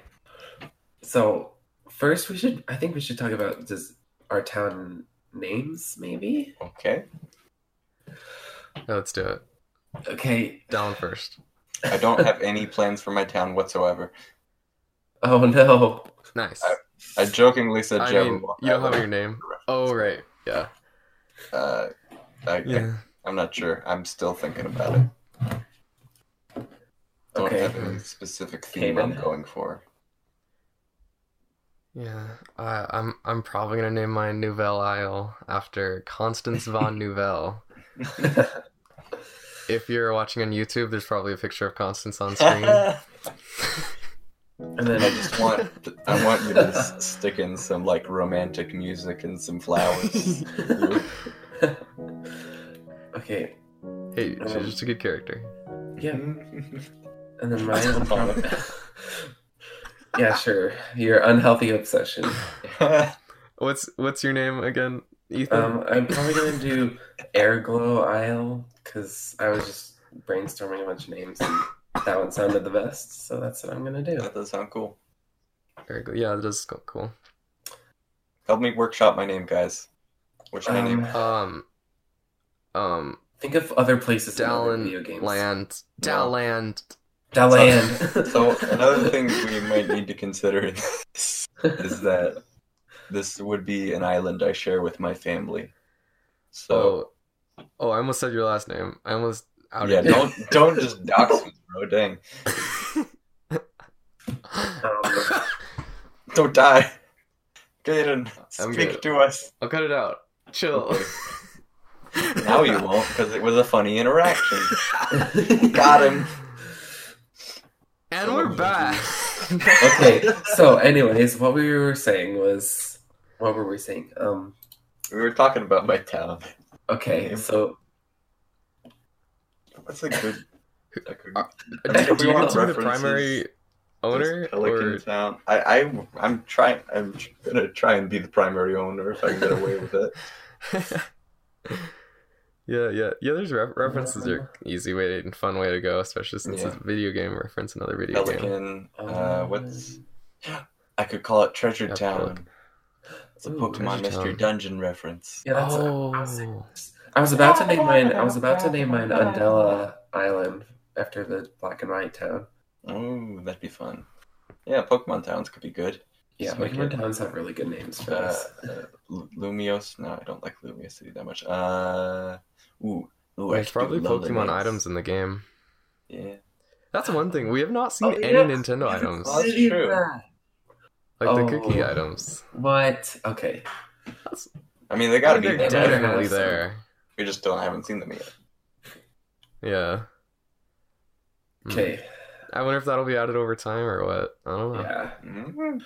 Speaker 3: So first, we should. I think we should talk about just our town names, maybe.
Speaker 1: Okay,
Speaker 2: No, let's do it.
Speaker 3: Okay.
Speaker 2: Down first.
Speaker 1: I don't have any plans for my town whatsoever.
Speaker 3: Oh no.
Speaker 2: Nice.
Speaker 1: I- I jokingly said
Speaker 2: I
Speaker 1: Jabberwock
Speaker 2: mean, you don't have your name. Oh right. Yeah.
Speaker 1: Uh, I,
Speaker 2: Yeah.
Speaker 1: I, am not sure. I'm still thinking about it. Don't
Speaker 3: Okay.
Speaker 1: have any specific theme I'm
Speaker 3: Kaden.
Speaker 1: going for.
Speaker 2: Yeah. I, I'm I'm probably gonna name my Nouvelle Isle after Constance von Nouvelle. If you're watching on YouTube, there's probably a picture of Constance on screen.
Speaker 3: And then
Speaker 1: I just want I want you to s- stick in some like romantic music and some flowers.
Speaker 3: okay,
Speaker 2: Hey, she's
Speaker 3: Um,
Speaker 2: just a good character.
Speaker 3: yeah, and then my unprob- yeah, sure. Your unhealthy obsession.
Speaker 2: What's what's your name again, Ethan?
Speaker 3: Um, I'm probably gonna do Air Glow Isle because I was just brainstorming a bunch of names and that one sounded the best, so that's what I'm gonna do.
Speaker 1: that does sound cool.
Speaker 2: Very good. Yeah, that does sound cool.
Speaker 1: Help me workshop my name, guys. What's my name?
Speaker 3: Um,
Speaker 2: Um, um,
Speaker 3: think of other places in other video
Speaker 2: Dallin
Speaker 3: games.
Speaker 2: Land,
Speaker 1: No.
Speaker 2: Dalland.
Speaker 3: Daland.
Speaker 1: So another thing we might need to consider in this is that this would be an island I share with my family. So
Speaker 2: Oh, oh, I almost said your last name. I almost outed
Speaker 1: yeah,
Speaker 2: you.
Speaker 1: don't don't just dox me, bro. Dang,
Speaker 3: Um,
Speaker 1: don't die. Gaiden,
Speaker 2: I'm
Speaker 1: speak
Speaker 2: good.
Speaker 1: to us.
Speaker 2: I'll cut it out. Chill.
Speaker 1: Now you won't, because it was a funny interaction. Got him.
Speaker 2: And we're back.
Speaker 3: okay. So, anyways, what we were saying was, what were we saying? Um.
Speaker 1: We were talking about my town.
Speaker 3: Okay. So,
Speaker 1: That's a good. a good-
Speaker 2: do, do you
Speaker 1: Everyone
Speaker 2: get to be the
Speaker 1: references
Speaker 2: primary owner,
Speaker 1: Pelican
Speaker 2: or
Speaker 1: Town. I, I, I'm trying. I'm tr- gonna try and be the primary owner if I can get away with it.
Speaker 2: yeah, yeah, yeah. There's re- references are easy way and fun way to go, especially since
Speaker 1: Yeah.
Speaker 2: it's a video game reference, another video game.
Speaker 1: Pelican. Uh,
Speaker 3: Um,
Speaker 1: what's? I could call it Treasure
Speaker 2: Yeah,
Speaker 1: Town. It's a
Speaker 3: Ooh,
Speaker 1: Pokemon
Speaker 2: Treasure
Speaker 1: Mystery
Speaker 2: Town.
Speaker 1: Dungeon reference.
Speaker 3: yeah, that's. I, was,
Speaker 2: Oh,
Speaker 3: I was about to name mine. I was about to name mine Undella Island after the black and white town.
Speaker 1: Oh, that'd be fun. Yeah, Pokemon Towns could be good.
Speaker 3: Yeah,
Speaker 1: Just make
Speaker 3: Pokemon
Speaker 1: it-
Speaker 3: towns have really good names for
Speaker 1: Uh,
Speaker 3: us.
Speaker 1: uh, Lu- Lumios. No, I don't like Lumios City that much. Uh, ooh, ooh, I
Speaker 2: there's
Speaker 1: could do
Speaker 2: probably
Speaker 1: lovely
Speaker 2: Pokemon
Speaker 1: names.
Speaker 2: items in the game.
Speaker 1: Yeah,
Speaker 2: That's one thing we have not seen
Speaker 3: Oh,
Speaker 2: any
Speaker 3: yeah.
Speaker 2: Nintendo items,
Speaker 1: Oh, that's true.
Speaker 2: like the cookie
Speaker 3: Oh.
Speaker 2: items.
Speaker 3: What? Okay.
Speaker 1: I mean they gotta be
Speaker 2: They're
Speaker 1: there.
Speaker 3: dead.
Speaker 2: definitely
Speaker 3: have some.
Speaker 2: there.
Speaker 1: We just don't haven't seen them yet.
Speaker 2: Yeah. Hmm.
Speaker 3: Okay.
Speaker 2: I wonder if that'll be added over time or what. I don't know.
Speaker 3: Yeah.
Speaker 1: Mm.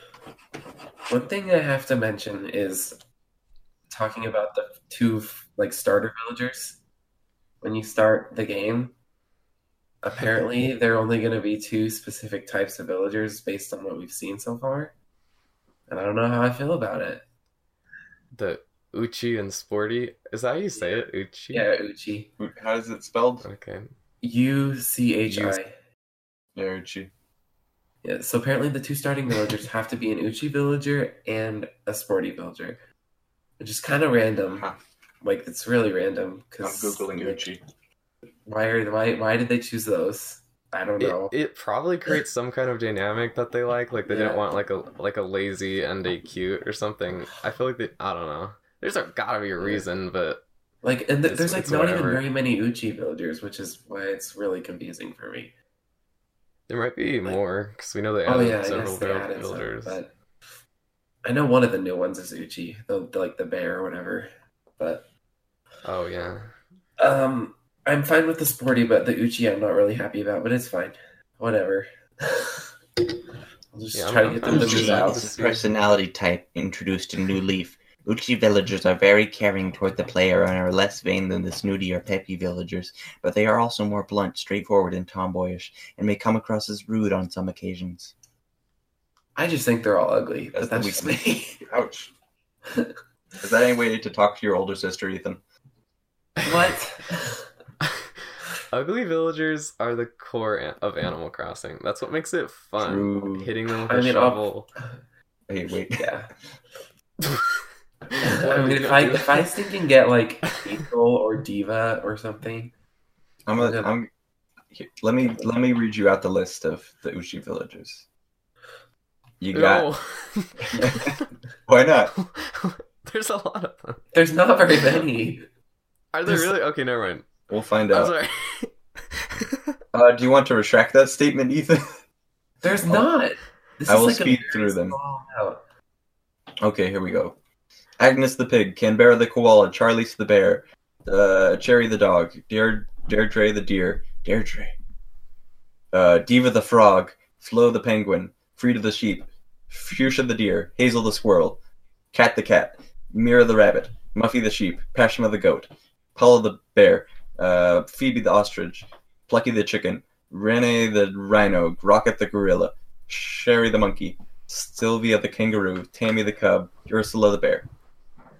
Speaker 3: One thing I have to mention is talking about the two like starter villagers. When you start the game, apparently there are only going to be two specific types of villagers based on what we've seen so far, and I don't know how I feel about it.
Speaker 2: The Uchi and Sporty. Is that how you say it? Uchi?
Speaker 3: Yeah, Uchi,
Speaker 1: How is it spelled?
Speaker 2: Okay.
Speaker 3: U C H I.
Speaker 1: Yaruchi.
Speaker 3: Yeah. So apparently the two starting villagers have to be an Uchi villager and a sporty villager, which is kind of random.
Speaker 1: Huh.
Speaker 3: Like it's really random
Speaker 1: I'm
Speaker 3: because
Speaker 1: googling Uchi.
Speaker 3: Why are why why did they choose those? I don't know.
Speaker 2: It, it probably creates some kind of dynamic that they like. Like they
Speaker 3: Yeah.
Speaker 2: didn't want like a like a lazy and a cute or something. I feel like they I don't know. There's a, gotta be a reason, but
Speaker 3: like and th-
Speaker 2: it's-
Speaker 3: there's like
Speaker 2: it's
Speaker 3: not even
Speaker 2: whatever.
Speaker 3: very many Uchi villagers, which is why it's really confusing for me.
Speaker 2: there might be
Speaker 3: Like-
Speaker 2: more because we know they
Speaker 3: oh
Speaker 2: added
Speaker 3: yeah, I
Speaker 2: several
Speaker 3: guess they
Speaker 2: build-
Speaker 3: added some,
Speaker 2: builders.
Speaker 3: but I know one of the new ones is Uchi, the, the like the bear or whatever. But
Speaker 2: Oh yeah.
Speaker 3: um, I'm fine with the sporty, but the Uchi I'm not really happy about. But it's fine, whatever. I'll just
Speaker 2: Yeah, I'm-
Speaker 3: try to
Speaker 2: I'm-
Speaker 3: get
Speaker 2: I'm
Speaker 3: them to
Speaker 2: just
Speaker 3: move
Speaker 2: out.
Speaker 3: out.
Speaker 5: Uchi's personality type introduced in New Leaf. Uchi villagers are very caring toward the player and are less vain than the snooty or peppy villagers, but they are also more blunt, straightforward, and tomboyish, and may come across as rude on some occasions.
Speaker 3: I just think they're all ugly, but that's
Speaker 1: That's
Speaker 3: just
Speaker 1: the
Speaker 3: me.
Speaker 1: Ouch. Is that any way to talk to your older sister, Ethan?
Speaker 3: what?
Speaker 2: Ugly villagers are the core an- of Animal Crossing. That's what makes it fun.
Speaker 1: True.
Speaker 2: Hitting them with
Speaker 3: I
Speaker 2: a
Speaker 3: mean, I'll-
Speaker 2: shovel.
Speaker 1: Hey, wait.
Speaker 3: Yeah.
Speaker 2: Why
Speaker 3: I
Speaker 2: would
Speaker 3: mean,
Speaker 2: you
Speaker 3: if I
Speaker 2: do
Speaker 3: if I think and get like Angel or Diva or something,
Speaker 1: I'm gonna. I'm. Here, let me let me read you out the list of the Uchi villagers. You got.
Speaker 2: No.
Speaker 1: Why not?
Speaker 2: There's a lot of them.
Speaker 3: there's not very many.
Speaker 2: Are there
Speaker 3: There's-
Speaker 2: really? Okay, never mind.
Speaker 1: We'll find
Speaker 2: I'm
Speaker 1: out.
Speaker 2: sorry.
Speaker 1: Uh, do you want to retract that statement, Ethan?
Speaker 3: There's not. This
Speaker 1: I
Speaker 3: is
Speaker 1: will
Speaker 3: like a
Speaker 1: speed
Speaker 3: very
Speaker 1: through them.
Speaker 3: small amount.
Speaker 1: Okay, here we go. Agnes the pig, Canberra the koala, Charlize the bear, uh, Cherry the dog, Dare Deirdre the deer, Deirdre, uh, Diva the frog, Flo the penguin, Frida the sheep, Fuchsia the deer, Hazel the squirrel, Cat the cat, Mira the rabbit, Muffy the sheep, Pashma the goat, Paula the bear, uh, Phoebe the ostrich, Plucky the chicken, Rene the rhino, Rocket the gorilla, Sherry the monkey, Sylvia the kangaroo, Tammy the cub, Ursula the bear.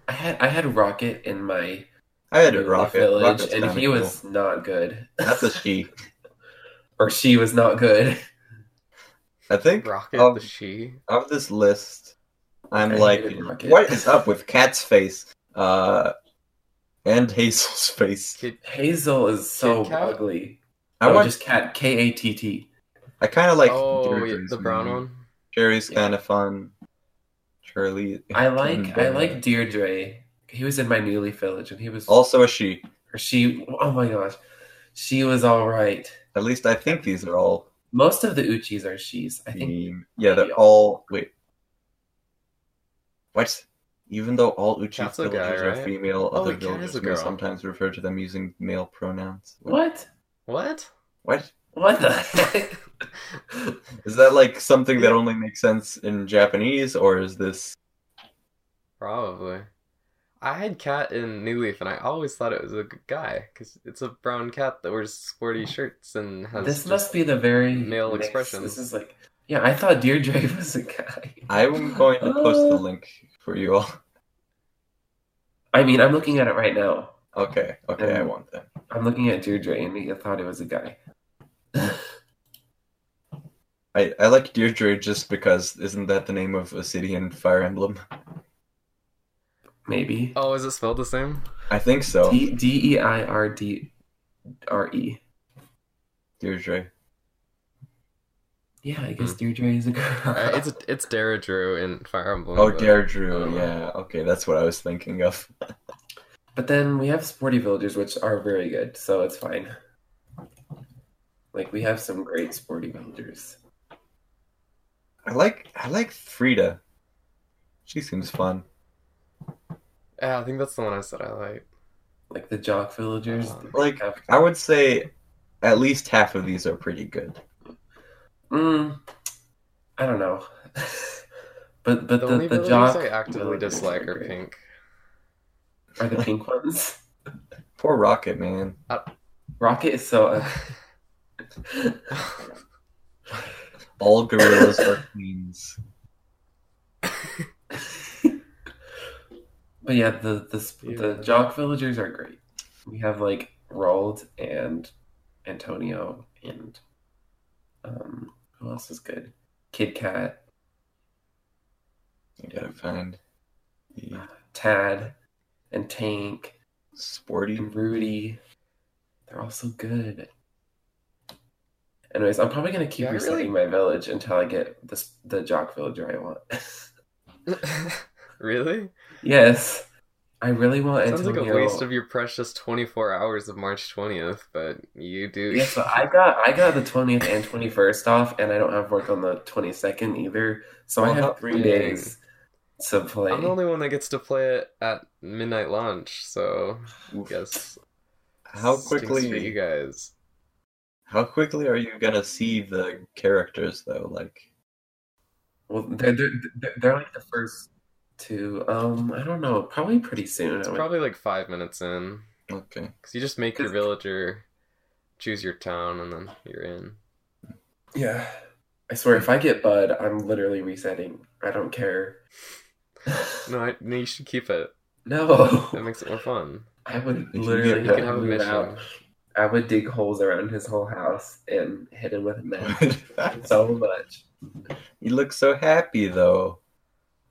Speaker 3: I had I had Rocket in my
Speaker 1: I had a
Speaker 3: Little
Speaker 1: rocket.
Speaker 3: village,
Speaker 1: Rocket's
Speaker 3: and
Speaker 1: kinda
Speaker 3: he
Speaker 1: cool.
Speaker 3: was not good,
Speaker 1: That's a she.
Speaker 3: or she was not good.
Speaker 1: I think
Speaker 2: Rocket
Speaker 1: of,
Speaker 2: the she.
Speaker 1: of this list, I'm
Speaker 3: I
Speaker 1: like,
Speaker 3: hated Rocket.
Speaker 1: what is up with Cat's face, uh, and Hazel's face?
Speaker 2: Kid,
Speaker 3: Hazel is so
Speaker 2: Kit Kat?
Speaker 3: ugly.
Speaker 1: I
Speaker 3: no,
Speaker 1: want.
Speaker 3: Oh, just cat K A T T.
Speaker 1: I kind of like.
Speaker 2: oh, yeah,
Speaker 1: Deirdre's
Speaker 2: the brown
Speaker 1: name.
Speaker 2: one.
Speaker 1: Jerry's
Speaker 3: Yeah.
Speaker 1: kind of fun. Charlie.
Speaker 3: I like I
Speaker 1: Deirdre.
Speaker 3: like Deirdre. He was in my newly village, and he was
Speaker 1: Also a she.
Speaker 3: or she. Oh my gosh, she was all right.
Speaker 1: At least I think these are all.
Speaker 3: Most of the Uchis are she's. I think
Speaker 1: Being, yeah, they're
Speaker 3: Yeah.
Speaker 1: all. Wait. What? Even though all Uchi's
Speaker 2: Cat's a guy,
Speaker 1: villagers are
Speaker 2: right?
Speaker 1: female,
Speaker 2: Oh,
Speaker 1: other
Speaker 2: wait, Cat is
Speaker 1: villagers
Speaker 2: a
Speaker 1: may
Speaker 2: girl.
Speaker 1: sometimes refer to them using male pronouns.
Speaker 3: what
Speaker 2: What?
Speaker 1: What?
Speaker 3: what the heck?
Speaker 1: Is that like something that only makes sense in Japanese, or is this?
Speaker 2: Probably. I had cat in New Leaf, and I always thought it was a good guy because it's a brown cat that wears sporty shirts and has.
Speaker 3: this
Speaker 2: just-
Speaker 3: must be the very
Speaker 2: male
Speaker 3: mixed-
Speaker 2: expressions.
Speaker 3: This is like yeah. I thought Deirdre was a guy.
Speaker 1: I'm going to post the
Speaker 3: Uh.
Speaker 1: link for you all.
Speaker 3: I mean, I'm looking at it right now.
Speaker 1: Okay, okay, I
Speaker 3: Um,
Speaker 1: want that.
Speaker 3: I'm looking at Deirdre and I thought it was a guy.
Speaker 1: I, I like Deirdre just because isn't that the name of a city in Fire Emblem?
Speaker 3: Maybe.
Speaker 2: Oh, is it spelled the same?
Speaker 1: I think
Speaker 2: Oh.
Speaker 1: so.
Speaker 3: D D E I R D R E.
Speaker 1: Deirdre.
Speaker 3: Yeah, I guess Deirdre is a girl.
Speaker 2: Hmm. Uh, it's it's Daredrew in Fire Emblem.
Speaker 1: Oh,
Speaker 2: but-
Speaker 1: Deirdre. Yeah. Okay, that's what I was thinking of.
Speaker 3: But then we have sporty villagers, which are very good, so it's fine. Like we have some great sporty villagers.
Speaker 1: I like I like Frida. She seems fun.
Speaker 2: Yeah, I think that's the one I said I like.
Speaker 3: Like the jock villagers.
Speaker 2: Um,
Speaker 1: Like
Speaker 3: have-
Speaker 1: I would say, at least half of these are pretty good.
Speaker 3: Mm, I don't know. but but
Speaker 2: The,
Speaker 3: the,
Speaker 2: only
Speaker 3: the,
Speaker 2: villagers
Speaker 3: jock
Speaker 2: I actively
Speaker 3: villagers
Speaker 2: dislike are
Speaker 3: great.
Speaker 2: pink.
Speaker 3: Are the pink ones?
Speaker 1: Poor Rocket Man.
Speaker 3: Rocket is so ugly.
Speaker 1: All gorillas are queens.
Speaker 3: But yeah, the the sp the
Speaker 2: Yeah.
Speaker 3: jock villagers are great. We have like Rold and Antonio and um who else is good? Kid Kat,
Speaker 1: I gotta find the
Speaker 3: Tad, and Tank
Speaker 1: sporty.
Speaker 3: and Rudy. They're all so good. Anyways, I'm probably gonna keep
Speaker 2: Yeah, I really-
Speaker 3: resetting my village until I get this the jock villager I want.
Speaker 2: really?
Speaker 3: yes, I really want
Speaker 2: Sounds like a
Speaker 3: Antonio.
Speaker 2: waste of your precious 24 hours of March 20th, but you do.
Speaker 3: Yeah, so I got I got the twentieth and twenty first off, and I don't have work on the twenty second either. So I
Speaker 1: Well,
Speaker 3: have
Speaker 1: not
Speaker 3: three
Speaker 2: Oh, really.
Speaker 3: days to play.
Speaker 2: I'm the only one that gets to play it at midnight launch, so I guess
Speaker 1: How
Speaker 2: stinks for you
Speaker 1: quickly?
Speaker 2: guys.
Speaker 1: How quickly are you gonna see the characters though? Like
Speaker 3: Well, they're, they're they're- they're like the first two. Um, I don't know. Probably pretty soon.
Speaker 2: It's
Speaker 3: I would-
Speaker 2: probably like five minutes in,
Speaker 1: okay,
Speaker 2: because you just make your
Speaker 3: Cause-
Speaker 2: villager choose your town, and then you're in.
Speaker 3: yeah. I swear, if I get Bud, I'm literally resetting. I don't care.
Speaker 2: No, I, no, you should keep it. That
Speaker 3: No,
Speaker 2: makes it more fun.
Speaker 3: I would
Speaker 1: You
Speaker 3: literally
Speaker 1: can
Speaker 2: You
Speaker 3: have
Speaker 2: can have a
Speaker 3: him move
Speaker 2: mission.
Speaker 3: out. I would dig holes around his whole house and hit him with a net so much.
Speaker 1: you look so happy though.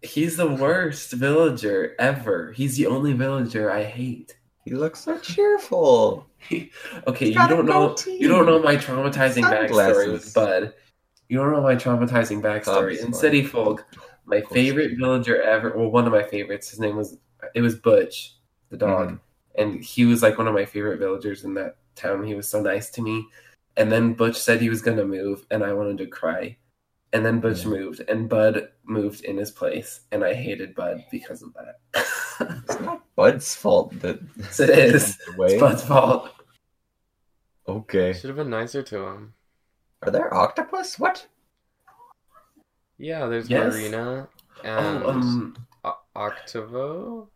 Speaker 3: He's the worst villager ever. He's the only villager I hate.
Speaker 1: You look so cheerful.
Speaker 3: Okay,
Speaker 4: He's
Speaker 3: you
Speaker 4: got a
Speaker 3: don't know
Speaker 4: goatee.
Speaker 3: you don't know my traumatizing backstory
Speaker 1: Sunglasses.
Speaker 3: with Bud. You don't know my traumatizing backstory.
Speaker 1: Bob's
Speaker 3: In
Speaker 1: fine.
Speaker 3: City Folk, my
Speaker 1: Of course you
Speaker 3: favorite
Speaker 1: do.
Speaker 3: villager ever well one of my favorites, his name was it was Butch, the dog.
Speaker 1: Mhm.
Speaker 3: And he was like one of my favorite villagers in that town. He was so nice to me. And then Butch said he was gonna move and I wanted to cry. And then Butch
Speaker 1: Yeah.
Speaker 3: moved and Bud moved in his place and I hated Bud because of that.
Speaker 1: It's not Bud's fault that
Speaker 3: Yes, it is.
Speaker 1: the
Speaker 3: It's
Speaker 1: way.
Speaker 3: Bud's fault.
Speaker 1: Okay.
Speaker 2: Should have been nicer to him.
Speaker 1: Are there octopus? What?
Speaker 2: Yeah, there's
Speaker 3: Yes.
Speaker 2: Marina and
Speaker 3: Oh, um,
Speaker 2: O- Octavo.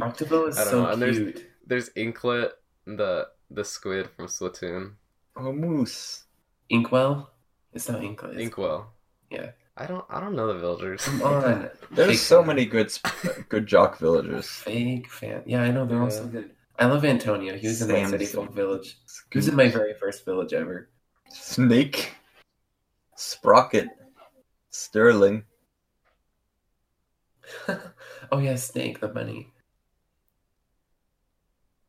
Speaker 3: Octavo is
Speaker 2: I don't
Speaker 3: so
Speaker 2: know, and there's-
Speaker 3: cute.
Speaker 2: There's Inklet, the the squid from Splatoon.
Speaker 1: Oh, Moose.
Speaker 3: Inkwell? It's not Inkwell. It's...
Speaker 2: Inkwell.
Speaker 3: Yeah.
Speaker 2: I don't. I don't know the villagers.
Speaker 3: Come on.
Speaker 1: There's
Speaker 3: Fake
Speaker 1: so
Speaker 3: fan.
Speaker 1: many good sp- good jock villagers.
Speaker 3: Fake fan. Yeah, I know. They're all so
Speaker 2: Yeah.
Speaker 3: good. I love Antonio. He was in my city
Speaker 1: Samson.
Speaker 3: folk village. He was in my very first village ever.
Speaker 1: Snake, Sprocket, Sterling.
Speaker 3: oh yeah, Snake the bunny.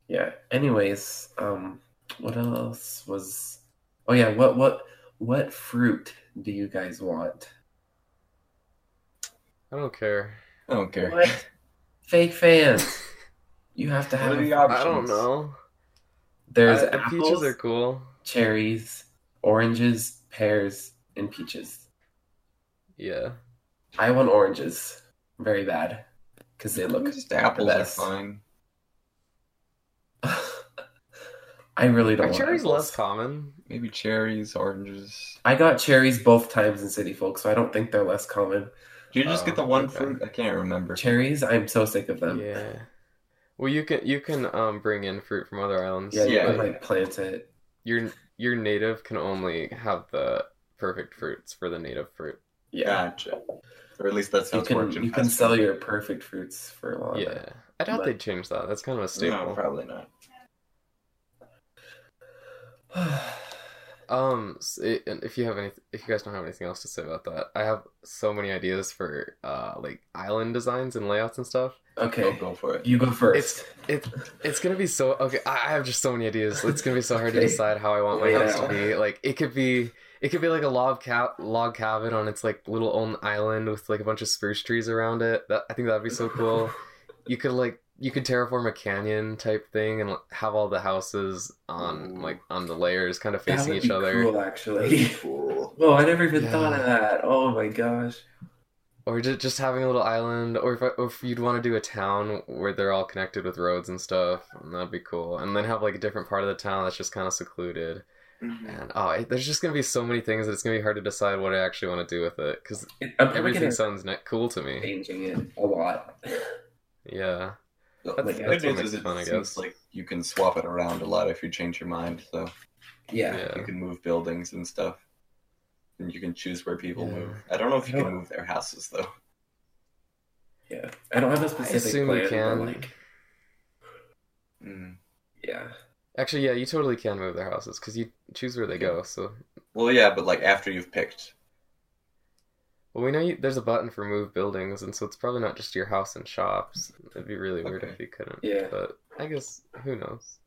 Speaker 3: Yeah. Anyways, um, what else was? Oh yeah, what what what fruit do you guys want?
Speaker 2: I don't care.
Speaker 1: I don't care.
Speaker 3: What? Fake fans. You have to
Speaker 1: What
Speaker 3: have.
Speaker 1: are the
Speaker 2: I
Speaker 1: options?
Speaker 2: don't know.
Speaker 3: There's
Speaker 2: I- Uh, the
Speaker 3: apples,
Speaker 2: peaches are cool.
Speaker 3: cherries, oranges, pears, and peaches.
Speaker 2: Yeah.
Speaker 3: I want oranges very bad because they look
Speaker 1: Just apples are
Speaker 3: best.
Speaker 1: fine.
Speaker 3: I really don't.
Speaker 2: Are
Speaker 3: want
Speaker 2: cherries
Speaker 3: apples.
Speaker 2: less common?
Speaker 1: Maybe cherries, oranges.
Speaker 3: I got cherries both times in City Folk, so I don't think they're less common.
Speaker 1: Did you just
Speaker 2: Oh,
Speaker 1: get the one
Speaker 2: okay.
Speaker 1: fruit? I can't remember.
Speaker 3: Cherries, I'm so sick of them.
Speaker 2: Yeah. Well, you can you can um bring in fruit from other islands.
Speaker 3: yeah, you
Speaker 1: Yeah.
Speaker 3: can, like plant it.
Speaker 2: Your your native can only have the perfect fruits for the native fruit.
Speaker 3: Yeah,
Speaker 1: Gotcha. Or at least that's
Speaker 3: you
Speaker 1: sounds
Speaker 3: can
Speaker 1: more Jim
Speaker 3: you can
Speaker 1: Pass-
Speaker 3: sell your perfect fruits for a lot.
Speaker 2: Yeah. I doubt
Speaker 3: But-
Speaker 2: they'd change that. That's kind of a
Speaker 1: No,
Speaker 2: staple.
Speaker 1: probably not.
Speaker 2: Um, s- i- and if you have any, if you guys don't have anything else to say about that, I have so many ideas for uh like island designs and layouts and stuff.
Speaker 1: Go,
Speaker 3: Okay,
Speaker 1: go for it.
Speaker 3: you go first.
Speaker 2: It it's gonna be so okay. I I have just so many ideas. It's gonna be so hard to decide how I want my house to be. Like it could be, it could be like a log ca- log cabin on its like little own island with like a bunch of spruce trees around it. That I think that'd be so cool. You could like you could terraform a canyon type thing and like, have all the houses on
Speaker 1: Ooh.
Speaker 2: like on the layers, kind of
Speaker 3: That
Speaker 2: facing
Speaker 3: would
Speaker 2: each
Speaker 3: be
Speaker 2: other.
Speaker 3: Cool, actually.
Speaker 1: Cool.
Speaker 3: Whoa, I never even
Speaker 2: Yeah.
Speaker 3: thought of that. Oh my gosh.
Speaker 2: or just, just having a little island or if, I, or if you'd want to do a town where they're all connected with roads and stuff and that'd be cool and then have like a different part of the town that's just kind of secluded and oh it, there's just gonna be so many things that it's gonna be hard to decide what i actually want to do with it uh, because
Speaker 3: I'm probably
Speaker 2: everything
Speaker 3: gonna
Speaker 2: sounds ne- cool to me
Speaker 3: changing it a lot.
Speaker 2: yeah
Speaker 1: That's,
Speaker 3: Like,
Speaker 1: the
Speaker 2: that's
Speaker 1: good news
Speaker 2: what makes
Speaker 1: is
Speaker 2: it
Speaker 1: it
Speaker 2: fun, I guess.
Speaker 1: seems like you can swap it around a lot if you change your mind. So
Speaker 3: Yeah.
Speaker 2: yeah
Speaker 1: you can move buildings and stuff, and you can choose where people
Speaker 2: Yeah.
Speaker 1: move. I don't know if you
Speaker 3: I
Speaker 1: can
Speaker 3: don't-
Speaker 1: move their houses though.
Speaker 3: Yeah. I don't have a
Speaker 2: i
Speaker 3: specific
Speaker 2: assume
Speaker 3: plan.
Speaker 2: you
Speaker 3: but,
Speaker 2: can
Speaker 3: like,
Speaker 1: Mm.
Speaker 3: yeah.
Speaker 2: actually yeah you totally can move their houses because you choose where they go so
Speaker 1: Well, yeah, but like after you've picked,
Speaker 2: well we know you, there's a button for move buildings and so it's probably not just your house and shops it'd be really weird
Speaker 1: Okay.
Speaker 2: if you couldn't
Speaker 3: Yeah.
Speaker 2: but i guess who knows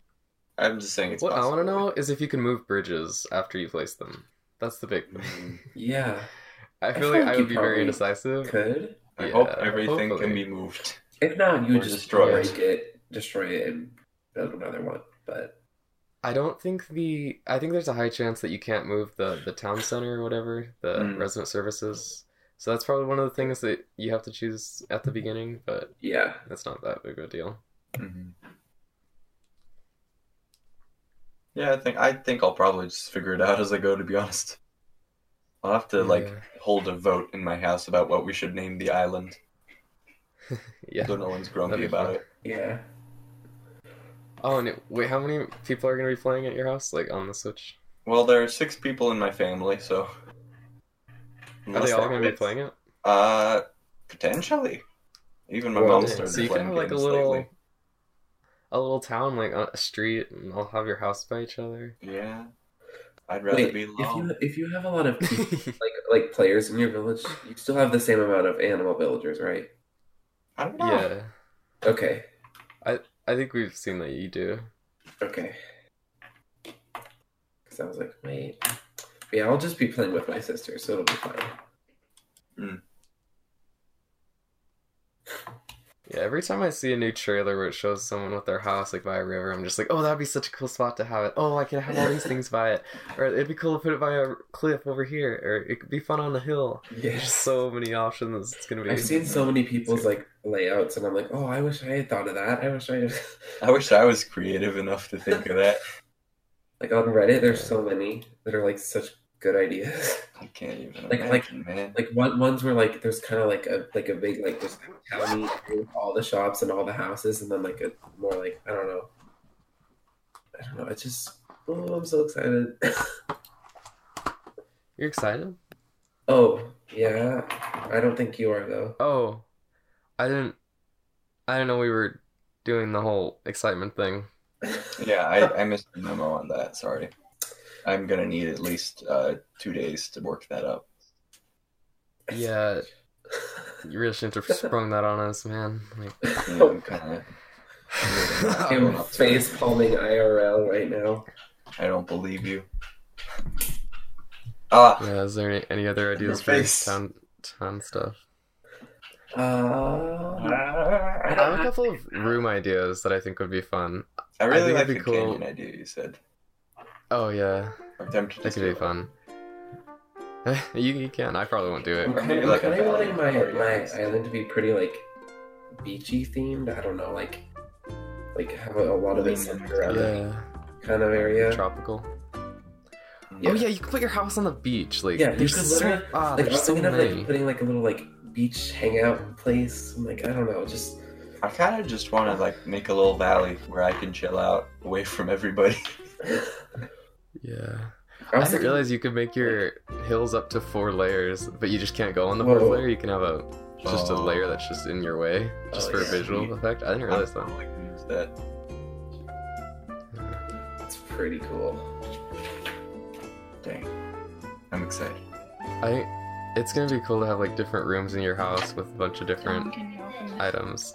Speaker 1: I'm just saying it's.
Speaker 2: what I want to
Speaker 1: possible.
Speaker 2: know is if you can move bridges after you place them. That's the big.
Speaker 1: Mm,
Speaker 3: Yeah.
Speaker 2: I feel
Speaker 3: feel
Speaker 2: like
Speaker 3: like
Speaker 2: I
Speaker 3: you
Speaker 2: would be very
Speaker 3: probably
Speaker 2: indecisive.
Speaker 3: Could.
Speaker 1: I
Speaker 2: Yeah,
Speaker 1: hope everything
Speaker 2: hopefully.
Speaker 1: can be moved.
Speaker 3: If not, you
Speaker 1: Or
Speaker 3: would just
Speaker 1: destroy
Speaker 3: break
Speaker 1: it.
Speaker 3: it. destroy it, and build another one. But
Speaker 2: I don't think the. I think there's a high chance that you can't move the the town center or whatever the
Speaker 1: Mm.
Speaker 2: resident services. So that's probably one of the things that you have to choose at the beginning, but
Speaker 3: yeah,
Speaker 2: that's not that big of a deal.
Speaker 1: Mhm. Yeah, I think I think I'll probably just figure it out as I go. To be honest, I'll have to like
Speaker 2: Yeah.
Speaker 1: hold a vote in my house about what we should name the island,
Speaker 2: yeah.
Speaker 1: so no one's
Speaker 2: That'd
Speaker 1: grumpy
Speaker 2: be
Speaker 1: about
Speaker 2: fun.
Speaker 1: it.
Speaker 3: yeah.
Speaker 2: Oh, and it, wait, how many people are gonna be playing at your house, like on the Switch?
Speaker 1: Well, there are six people in my family, so
Speaker 2: Are they all gonna be playing it?
Speaker 1: Uh, potentially. Even my
Speaker 2: Well,
Speaker 1: mom
Speaker 2: dang.
Speaker 1: started
Speaker 2: Oh, so you can
Speaker 1: playing
Speaker 2: have like a
Speaker 1: games
Speaker 2: little,
Speaker 1: lately.
Speaker 2: a little town like on a street, and I'll have your house by each other.
Speaker 1: Yeah, I'd rather
Speaker 3: Wait,
Speaker 1: be
Speaker 3: if
Speaker 1: alone.
Speaker 3: you if you have a lot of people, like like players in your village, you still have the same amount of animal villagers, right?
Speaker 1: I don't know.
Speaker 2: yeah,
Speaker 3: Okay,
Speaker 2: I think we've seen that you do.
Speaker 3: okay. Because I was like, wait, But yeah, I'll just be playing with my sister, so it'll be fine.
Speaker 2: Yeah, every time I see a new trailer where it shows someone with their house like by a river, I'm just like, oh, that'd be such a cool spot to have it. Oh, I could have all these things by it, or it'd be cool to put it by a cliff over here, or it could be fun on a hill.
Speaker 3: Yeah.
Speaker 2: There's so many options. It's gonna be.
Speaker 3: I've seen so many people's like layouts, and I'm like, oh, I wish I had thought of that. I wish I had.
Speaker 1: I wish I was creative enough to think of that.
Speaker 3: Like on Reddit, there's so many that are like such good ideas.
Speaker 1: I can't even
Speaker 3: Like- like-
Speaker 1: imagine, man.
Speaker 3: like one ones where like there's kind of like a like a big like just county with all the shops and all the houses, and then like a more like I don't know, I don't know. It's just oh, I'm so excited.
Speaker 2: You're excited?
Speaker 3: oh yeah, I don't think you are though.
Speaker 2: Oh, I didn't. I didn't know we were doing the whole excitement thing.
Speaker 1: yeah, I, I missed the memo on that. Sorry. I'm gonna need at least uh, two days to work that up.
Speaker 2: Yeah, you really shouldn't have sprung that on us, man. Like,
Speaker 1: You know, I'm kinda,
Speaker 3: I'm face palming IRL right now.
Speaker 1: I don't believe you. Ah,
Speaker 2: yeah, is there any, any other ideas for
Speaker 1: face.
Speaker 2: town town stuff?
Speaker 3: Uh,
Speaker 2: I have a couple of room ideas that I think would be fun.
Speaker 1: I really
Speaker 2: think
Speaker 1: like
Speaker 2: it'd
Speaker 1: the
Speaker 2: be cool.
Speaker 1: canyon idea you said.
Speaker 2: Oh yeah,
Speaker 1: I'm tempted to
Speaker 2: that could
Speaker 1: do
Speaker 2: be
Speaker 1: it.
Speaker 2: fun. you, you can. I probably won't do it.
Speaker 3: I'm
Speaker 1: Okay,
Speaker 3: kind of,
Speaker 1: like a
Speaker 3: kind of wanting my,
Speaker 1: valley party,
Speaker 3: my
Speaker 1: honestly.
Speaker 3: island to be pretty like beachy themed. I don't know, like like have a, a lot of
Speaker 1: Lean
Speaker 3: it centered
Speaker 1: into
Speaker 3: around that
Speaker 2: Yeah,
Speaker 3: kind of area.
Speaker 2: tropical.
Speaker 1: Yeah.
Speaker 2: Oh yeah, you can put your house on the beach. Like
Speaker 3: Yeah, you
Speaker 2: there's
Speaker 3: could
Speaker 2: so
Speaker 3: literally-
Speaker 2: ah,
Speaker 3: Like I
Speaker 2: there's
Speaker 3: was
Speaker 2: so
Speaker 3: thinking of
Speaker 2: many.
Speaker 3: like putting like a little like beach hangout place. I'm like I don't know, just
Speaker 1: I kind of just want to like make a little valley where I can chill out away from everybody.
Speaker 2: yeah.
Speaker 3: I
Speaker 2: I
Speaker 3: was
Speaker 2: didn't
Speaker 3: thinking-
Speaker 2: realize you could make your hills up to four layers, but you just can't go on the
Speaker 3: Whoa.
Speaker 2: fourth layer. You can have a just a
Speaker 1: Oh.
Speaker 2: layer that's just in your way, just
Speaker 3: Oh,
Speaker 2: for
Speaker 3: yeah.
Speaker 2: a visual effect. I didn't realize
Speaker 1: I'm
Speaker 2: that.
Speaker 1: like, use that.
Speaker 3: it's pretty cool.
Speaker 1: Dang, I'm excited.
Speaker 2: I it's gonna be cool to have like different rooms in your house with a bunch of different
Speaker 4: Can you open that?
Speaker 2: items.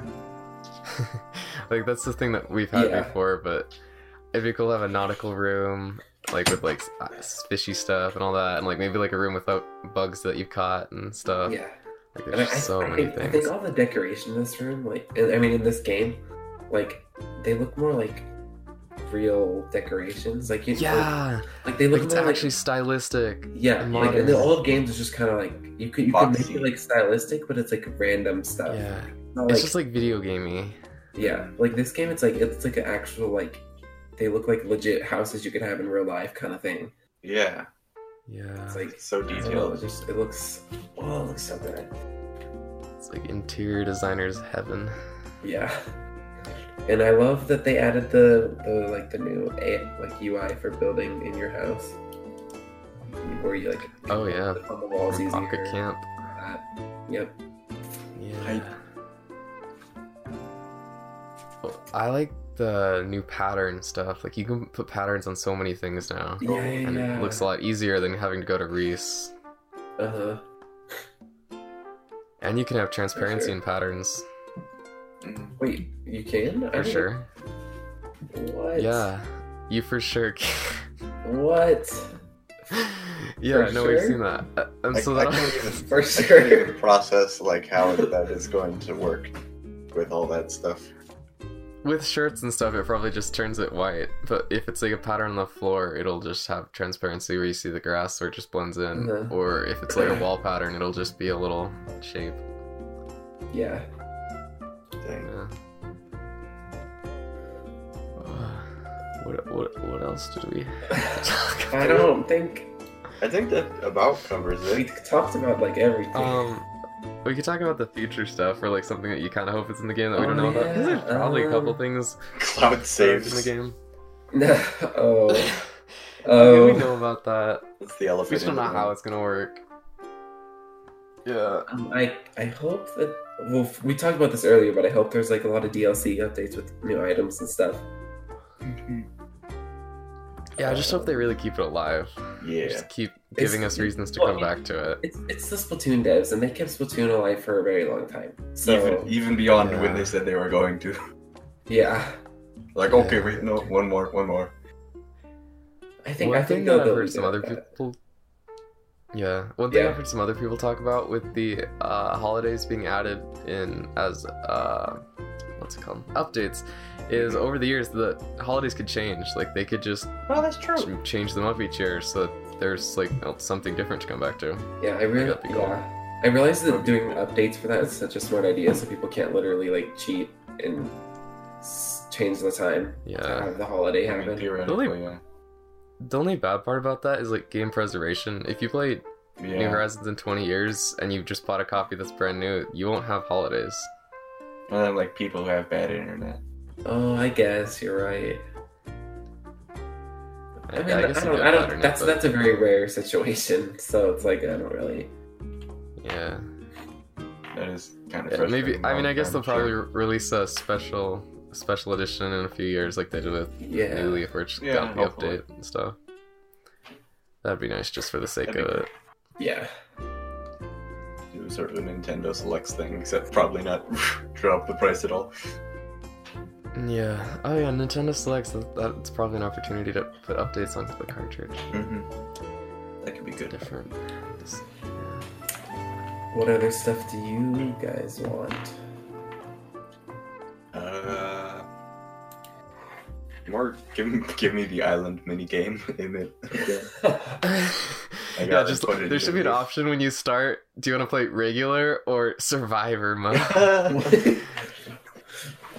Speaker 2: like that's the thing that we've had
Speaker 3: Yeah.
Speaker 2: before, but it'd be cool to have a nautical room, like with like s- uh, s- fishy stuff and all that, and like maybe like a room without bugs that you've caught and stuff.
Speaker 3: yeah,
Speaker 2: Like
Speaker 3: and I,
Speaker 2: Oh, there's just so
Speaker 3: I-
Speaker 2: many
Speaker 3: I
Speaker 2: things.
Speaker 3: think all the decoration in this room, like I mean in this game, like they look more like real decorations. Like you, like-
Speaker 2: Yeah,
Speaker 3: like, they look
Speaker 2: like it's
Speaker 3: more
Speaker 2: actually stylistic.
Speaker 3: Yeah,
Speaker 2: and
Speaker 3: like in
Speaker 2: modern.
Speaker 3: the old games, it's just kind of like you could you could make
Speaker 1: Boxy.
Speaker 3: it like stylistic, but it's like random stuff.
Speaker 2: Yeah,
Speaker 3: Not
Speaker 2: it's just like video gamey.
Speaker 3: yeah, like this game, it's like it's like an actual like they look like legit houses you could have in real life kind of thing.
Speaker 1: Yeah,
Speaker 2: Yeah, it's
Speaker 3: It's
Speaker 2: like,
Speaker 3: like
Speaker 1: it's so
Speaker 3: I don't know, it
Speaker 1: detailed.
Speaker 3: just it looks oh, it looks so good.
Speaker 2: interior designers heaven.
Speaker 3: Yeah, and I love that they added the the like the new A- like UI for building in your house, where you like
Speaker 2: Oh, yeah.
Speaker 3: on the walls
Speaker 2: From
Speaker 3: easier.
Speaker 2: Pocket Camp.
Speaker 3: That. Yep.
Speaker 2: Yeah.
Speaker 1: Hype.
Speaker 2: Well, I like the new pattern stuff. Like you can put patterns on so many things now,
Speaker 3: Yeah, yeah,
Speaker 2: and
Speaker 3: yeah.
Speaker 2: it looks a lot easier than having to go to Reese.
Speaker 3: Uh huh.
Speaker 2: And you can have transparency
Speaker 3: sure.
Speaker 2: in patterns
Speaker 1: Mm.
Speaker 3: Wait, you can? I
Speaker 2: for
Speaker 3: didn't-
Speaker 2: sure.
Speaker 3: What?
Speaker 2: Yeah, you for sure. Can.
Speaker 3: What?
Speaker 2: yeah, no,
Speaker 3: For sure?
Speaker 2: we've seen that. Uh, and
Speaker 1: Like,
Speaker 2: so
Speaker 1: I
Speaker 2: that
Speaker 1: can't even-
Speaker 3: For
Speaker 1: I can't
Speaker 3: sure.
Speaker 1: even process like how that is going to work with all that stuff.
Speaker 2: with shirts and stuff, it probably just turns it white. But if it's like a pattern on the floor, it'll just have transparency where you see the grass, where it just blends in.
Speaker 3: Mhm.
Speaker 2: Or if it's like a wall pattern, it'll just be a little shape.
Speaker 3: Yeah.
Speaker 1: Dang.
Speaker 2: Yeah. Uh, What, what, what else did we talk about?
Speaker 3: I don't think
Speaker 1: I think that about covers
Speaker 3: we
Speaker 1: it.
Speaker 3: talked about like everything.
Speaker 2: Um, we could talk about the future stuff or like something that you kind of hope is in the game that we
Speaker 3: Oh,
Speaker 2: don't know about. 'Cause
Speaker 3: yeah,
Speaker 2: There's probably a couple
Speaker 3: um,
Speaker 2: things
Speaker 1: Cloud
Speaker 2: in
Speaker 1: saves.
Speaker 2: the game.
Speaker 3: oh.
Speaker 2: Yeah, we
Speaker 3: Oh.
Speaker 2: know about that.
Speaker 1: That's the
Speaker 2: We
Speaker 1: elephant.
Speaker 2: just
Speaker 1: in
Speaker 2: don't
Speaker 1: the
Speaker 2: know
Speaker 1: room.
Speaker 2: how it's gonna work. Yeah.
Speaker 3: Um, I I hope that well f- we talked about this earlier, but I hope there's like a lot of DLC updates with new items and stuff.
Speaker 2: Yeah, I just hope they really keep it alive.
Speaker 1: Yeah.
Speaker 2: Just keep
Speaker 3: It's-
Speaker 2: giving us reasons to
Speaker 3: well,
Speaker 2: come back to it.
Speaker 3: It's it's the Splatoon devs, and they kept Splatoon alive for a very long time. So
Speaker 1: Even even beyond when
Speaker 2: Yeah.
Speaker 1: they said they were going to.
Speaker 3: yeah,
Speaker 1: Like,
Speaker 2: Yeah.
Speaker 1: okay, wait, no, one more, one more.
Speaker 3: I think
Speaker 2: One
Speaker 3: I
Speaker 2: thing
Speaker 3: think
Speaker 2: that I've
Speaker 3: they'll
Speaker 2: heard
Speaker 3: be
Speaker 2: some
Speaker 3: good
Speaker 2: other
Speaker 3: at that.
Speaker 2: people. Yeah, one thing
Speaker 3: Yeah.
Speaker 2: I've heard some other people talk about with the uh, holidays being added in as uh, what's it called updates, is over the years the holidays could change. Like they could just
Speaker 4: Well, that's true.
Speaker 2: ch- change them up each year, so that there's like something different to come back to.
Speaker 3: Yeah, I really
Speaker 2: that'd be cool.
Speaker 3: yeah. I realized that doing updates for that is such a smart idea, so people can't literally like cheat and s- change the time to
Speaker 2: Yeah,
Speaker 3: have the holiday
Speaker 2: Uh,
Speaker 1: I mean,
Speaker 3: happen.
Speaker 1: theoretically, yeah.
Speaker 2: the only bad part about that is like game preservation. If you play New
Speaker 1: Yeah.
Speaker 2: Horizons in 20 years and you've just bought a copy that's brand new, you won't have holidays.
Speaker 1: And then like people who have bad internet.
Speaker 3: Oh, I guess you're right. I mean, I,
Speaker 2: you
Speaker 3: don't.
Speaker 2: do
Speaker 3: I
Speaker 2: have
Speaker 3: don't.
Speaker 2: internet,
Speaker 3: that's
Speaker 2: but-
Speaker 3: that's a very rare situation. So it's like I don't really.
Speaker 2: yeah.
Speaker 1: That is kind of
Speaker 2: Yeah, maybe
Speaker 1: frustrating.
Speaker 2: I mean I guess
Speaker 1: I'm
Speaker 2: they'll probably
Speaker 1: sure.
Speaker 2: re- release a special special edition in a few years, like they did with
Speaker 3: Yeah.
Speaker 2: New Leaf, where it just
Speaker 1: Yeah,
Speaker 2: got the
Speaker 1: hopefully.
Speaker 2: update and stuff. That'd be nice, just for the sake
Speaker 1: That'd be
Speaker 2: of it.
Speaker 3: Yeah.
Speaker 1: do sort of a Nintendo Selects thing, except probably not drop the price at all.
Speaker 2: Yeah. Oh yeah, Nintendo Selects. that- That's probably an opportunity to put updates onto the cartridge.
Speaker 1: Mm-hmm. That could be good.
Speaker 2: Different. Just-
Speaker 3: What other stuff do you guys want?
Speaker 1: Uh, more give me give me the island mini game in it. again. I
Speaker 2: yeah,
Speaker 1: gotta
Speaker 2: just
Speaker 1: put it
Speaker 2: there
Speaker 1: in
Speaker 2: should be an
Speaker 1: these.
Speaker 2: option when you start. Do you want to play regular or survivor mode?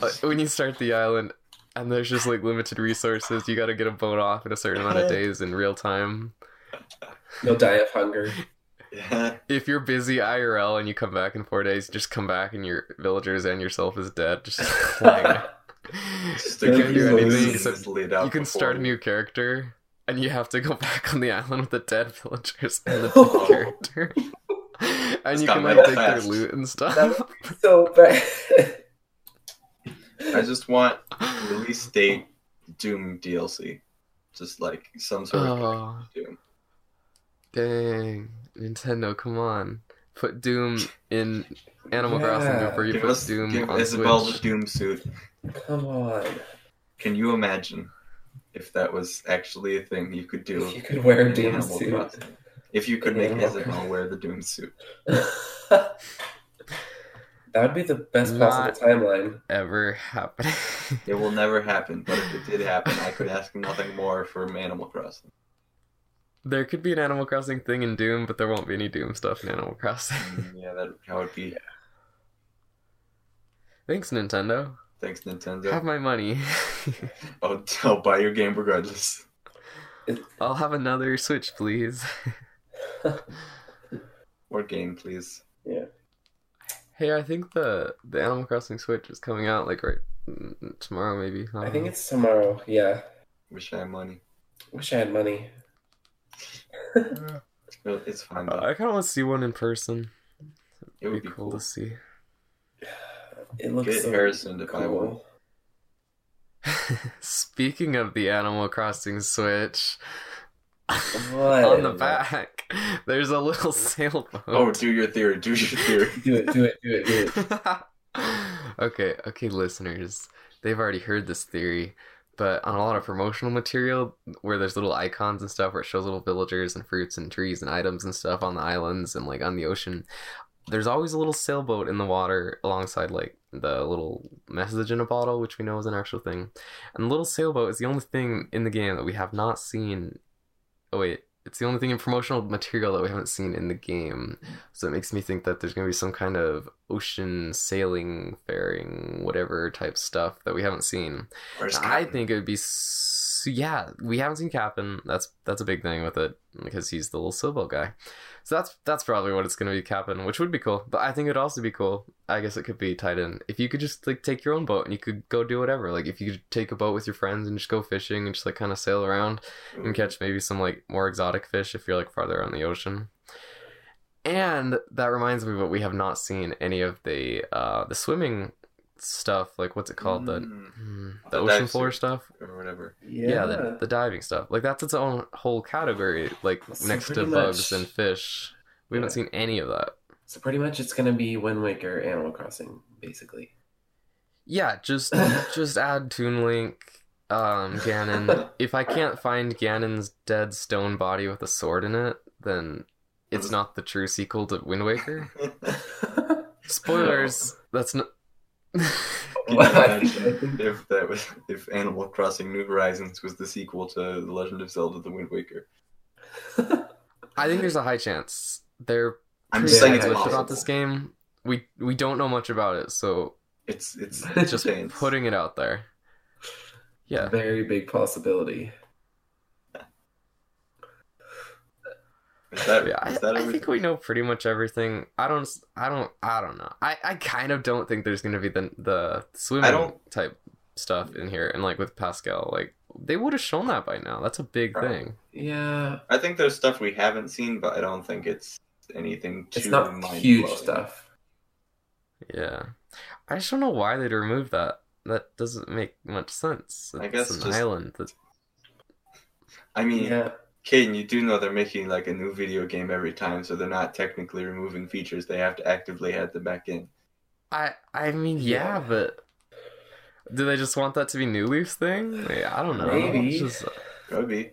Speaker 2: Like, when you start the island, and there's just like limited resources, you got to get a boat off in a certain amount of days in real time.
Speaker 3: You'll die of hunger.
Speaker 1: Yeah.
Speaker 2: If you're busy IRL and you come back in four days, just come back and your villagers and yourself is dead.
Speaker 1: Just
Speaker 2: Just like you
Speaker 1: a
Speaker 2: can't do
Speaker 1: good
Speaker 2: anything
Speaker 1: reason
Speaker 2: except
Speaker 1: is laid out
Speaker 2: you can start a
Speaker 1: before.
Speaker 2: new character and you have to go back on the island with the dead villagers and the dead character. and you
Speaker 1: got
Speaker 2: can
Speaker 1: real
Speaker 2: like take their
Speaker 1: fast.
Speaker 2: loot and
Speaker 3: That
Speaker 2: stuff.
Speaker 3: would be so bad.
Speaker 1: I just want release date Doom DLC, just like some sort of
Speaker 2: Oh
Speaker 1: Doom.
Speaker 2: dang. Nintendo, come on. Put Doom in Animal Crossing
Speaker 3: Yeah.
Speaker 2: before you
Speaker 1: Give
Speaker 2: put
Speaker 1: us
Speaker 2: Doom
Speaker 1: give
Speaker 2: on
Speaker 1: Isabel
Speaker 2: Switch.
Speaker 1: the Doom suit.
Speaker 3: Come on.
Speaker 1: Can you imagine if that was actually a thing you could do?
Speaker 3: If you could wear a
Speaker 1: in
Speaker 3: Doom
Speaker 1: Animal
Speaker 3: suit.
Speaker 1: Crossing? If you could
Speaker 3: In
Speaker 1: make
Speaker 3: Animal
Speaker 1: Isabel wear the Doom suit.
Speaker 3: that would be the best
Speaker 2: Not-
Speaker 3: possible timeline.
Speaker 2: Ever happening.
Speaker 1: It will never happen, but if it did happen, I could ask nothing more from Animal Crossing.
Speaker 2: there could be an Animal Crossing thing in Doom, but there won't be any Doom stuff in Animal Crossing.
Speaker 1: Mm, Yeah, that how it be.
Speaker 2: Thanks, Nintendo.
Speaker 1: Thanks, Nintendo.
Speaker 2: Have my money.
Speaker 1: I'll, I'll buy your game regardless.
Speaker 2: I'll have another Switch, please.
Speaker 1: Or game, please.
Speaker 2: Hey, I think the the Animal Crossing Switch is coming out like right mm, tomorrow, maybe.
Speaker 3: I
Speaker 2: don't
Speaker 3: think
Speaker 2: know.
Speaker 3: it's tomorrow. Yeah.
Speaker 1: Wish I had money.
Speaker 3: Wish I had money.
Speaker 1: No, It's fine.
Speaker 2: Uh,
Speaker 1: Though.
Speaker 2: I kind of want to see one in person.
Speaker 1: It would
Speaker 2: be,
Speaker 1: be
Speaker 2: cool,
Speaker 1: cool.
Speaker 2: to see.
Speaker 3: It looks
Speaker 1: Get
Speaker 3: so
Speaker 1: Harrison to buy one.
Speaker 3: cool.
Speaker 2: Speaking of the Animal Crossing Switch,
Speaker 3: What?
Speaker 2: on the back there's a little sailboat.
Speaker 1: Oh, do your theory. Do your theory.
Speaker 3: Do it, do it, do it, do it.
Speaker 2: okay, okay, listeners. They've already heard this theory, but on a lot of promotional material where there's little icons and stuff where it shows little villagers and fruits and trees and items and stuff on the islands and like on the ocean, there's always a little sailboat in the water alongside like the little message in a bottle, which we know is an actual thing. And the little sailboat is the only thing in the game that we have not seen. Oh, wait. It's the only thing in promotional material that we haven't seen in the game. So it makes me think that there's going to be some kind of ocean sailing, faring, whatever type stuff that we haven't seen.
Speaker 1: Where's
Speaker 2: I
Speaker 1: Cotton?
Speaker 2: think it would be. s yeah, we haven't seen Captain. That's that's a big thing with it because he's the little sailboat guy. So that's that's probably what it's going to be, Captain, which would be cool. But I think it'd also be cool. I guess it could be tied in if you could just like take your own boat and you could go do whatever. Like if you could take a boat with your friends and just go fishing and just like kind of sail around and catch maybe some like more exotic fish if you're like farther on the ocean. And that reminds me, but we have not seen any of the uh the swimming stuff. Like what's it called? The
Speaker 1: Mm,
Speaker 2: Hmm,
Speaker 1: The
Speaker 2: the ocean
Speaker 1: dive
Speaker 2: floor
Speaker 1: suit.
Speaker 2: stuff.
Speaker 1: or whatever.
Speaker 3: Yeah.
Speaker 2: Yeah, the, the diving stuff. Like that's its own whole category. Like
Speaker 3: So
Speaker 2: next to
Speaker 3: pretty
Speaker 2: bugs
Speaker 3: much-
Speaker 2: and fish. We haven't
Speaker 3: Yeah.
Speaker 2: seen any of that.
Speaker 3: So pretty much it's gonna be Wind Waker Animal Crossing, basically.
Speaker 2: Yeah, just just add Toon Link, um, Ganon. if I can't find Ganon's dead stone body with a sword in it, then it's not the true sequel to Wind Waker. Spoilers. That's not.
Speaker 1: Can you imagine if that was if Animal Crossing New Horizons was the sequel to The Legend of Zelda: The Wind Waker?
Speaker 2: I think there's a high chance. They're
Speaker 1: I'm
Speaker 2: pretty
Speaker 1: just saying it's
Speaker 2: conflicted
Speaker 1: possible.
Speaker 2: about this game. We we don't know much about it, so
Speaker 1: It's it's
Speaker 2: just
Speaker 1: insane.
Speaker 2: putting it out there. Yeah.
Speaker 3: Very big possibility.
Speaker 1: Is that,
Speaker 2: yeah, I,
Speaker 1: is that
Speaker 2: I
Speaker 1: everything?
Speaker 2: think we know pretty much everything. I don't, s- I don't, I don't know. I, I kind of don't think there's gonna be the the swimming
Speaker 1: don't-
Speaker 2: type stuff in here, and like with Pascal, like they would have shown that by now. That's a big
Speaker 1: Probably.
Speaker 2: thing.
Speaker 3: Yeah,
Speaker 1: I think there's stuff we haven't seen, but I don't think it's anything too
Speaker 3: it's not
Speaker 1: mind-blowing.
Speaker 3: huge stuff.
Speaker 2: Yeah, I just don't know why they'd remove that. That doesn't make much sense. It's
Speaker 1: I guess
Speaker 2: an
Speaker 1: just-
Speaker 2: island. That's,
Speaker 1: I mean,
Speaker 3: Yeah,
Speaker 1: Caden, you do know they're making like a new video game every time, so they're not technically removing features. They have to actively add them back in.
Speaker 2: I, I mean, yeah,
Speaker 3: Yeah.
Speaker 2: but do they just want that to be New Leaf's thing? Like, I don't know.
Speaker 3: Maybe.
Speaker 2: It's just-
Speaker 1: Could be.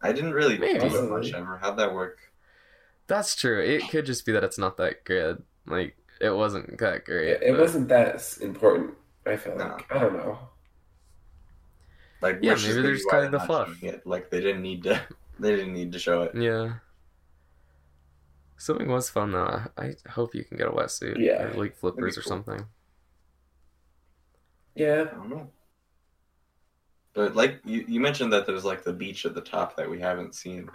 Speaker 1: I didn't really
Speaker 2: Maybe.
Speaker 1: do it much ever. How'd that work?
Speaker 2: That's true. It could just be that it's not that good. Like it wasn't that great.
Speaker 3: it, it
Speaker 2: but-
Speaker 3: wasn't that s- important. I feel
Speaker 1: No.
Speaker 3: like I don't know.
Speaker 1: Like,
Speaker 2: Yeah,
Speaker 1: which is
Speaker 2: maybe they're
Speaker 1: the
Speaker 2: just
Speaker 1: UI
Speaker 2: cutting the
Speaker 1: not
Speaker 2: fluff.
Speaker 1: showing it. Like they didn't need to. They didn't need to show it.
Speaker 2: Yeah. Swimming was fun though. I I hope you can get a wetsuit.
Speaker 3: Yeah.
Speaker 2: Or like flippers or
Speaker 1: cool.
Speaker 2: something.
Speaker 3: Yeah,
Speaker 1: I don't know. But like you, you mentioned that there's like the beach at the top that we haven't seen,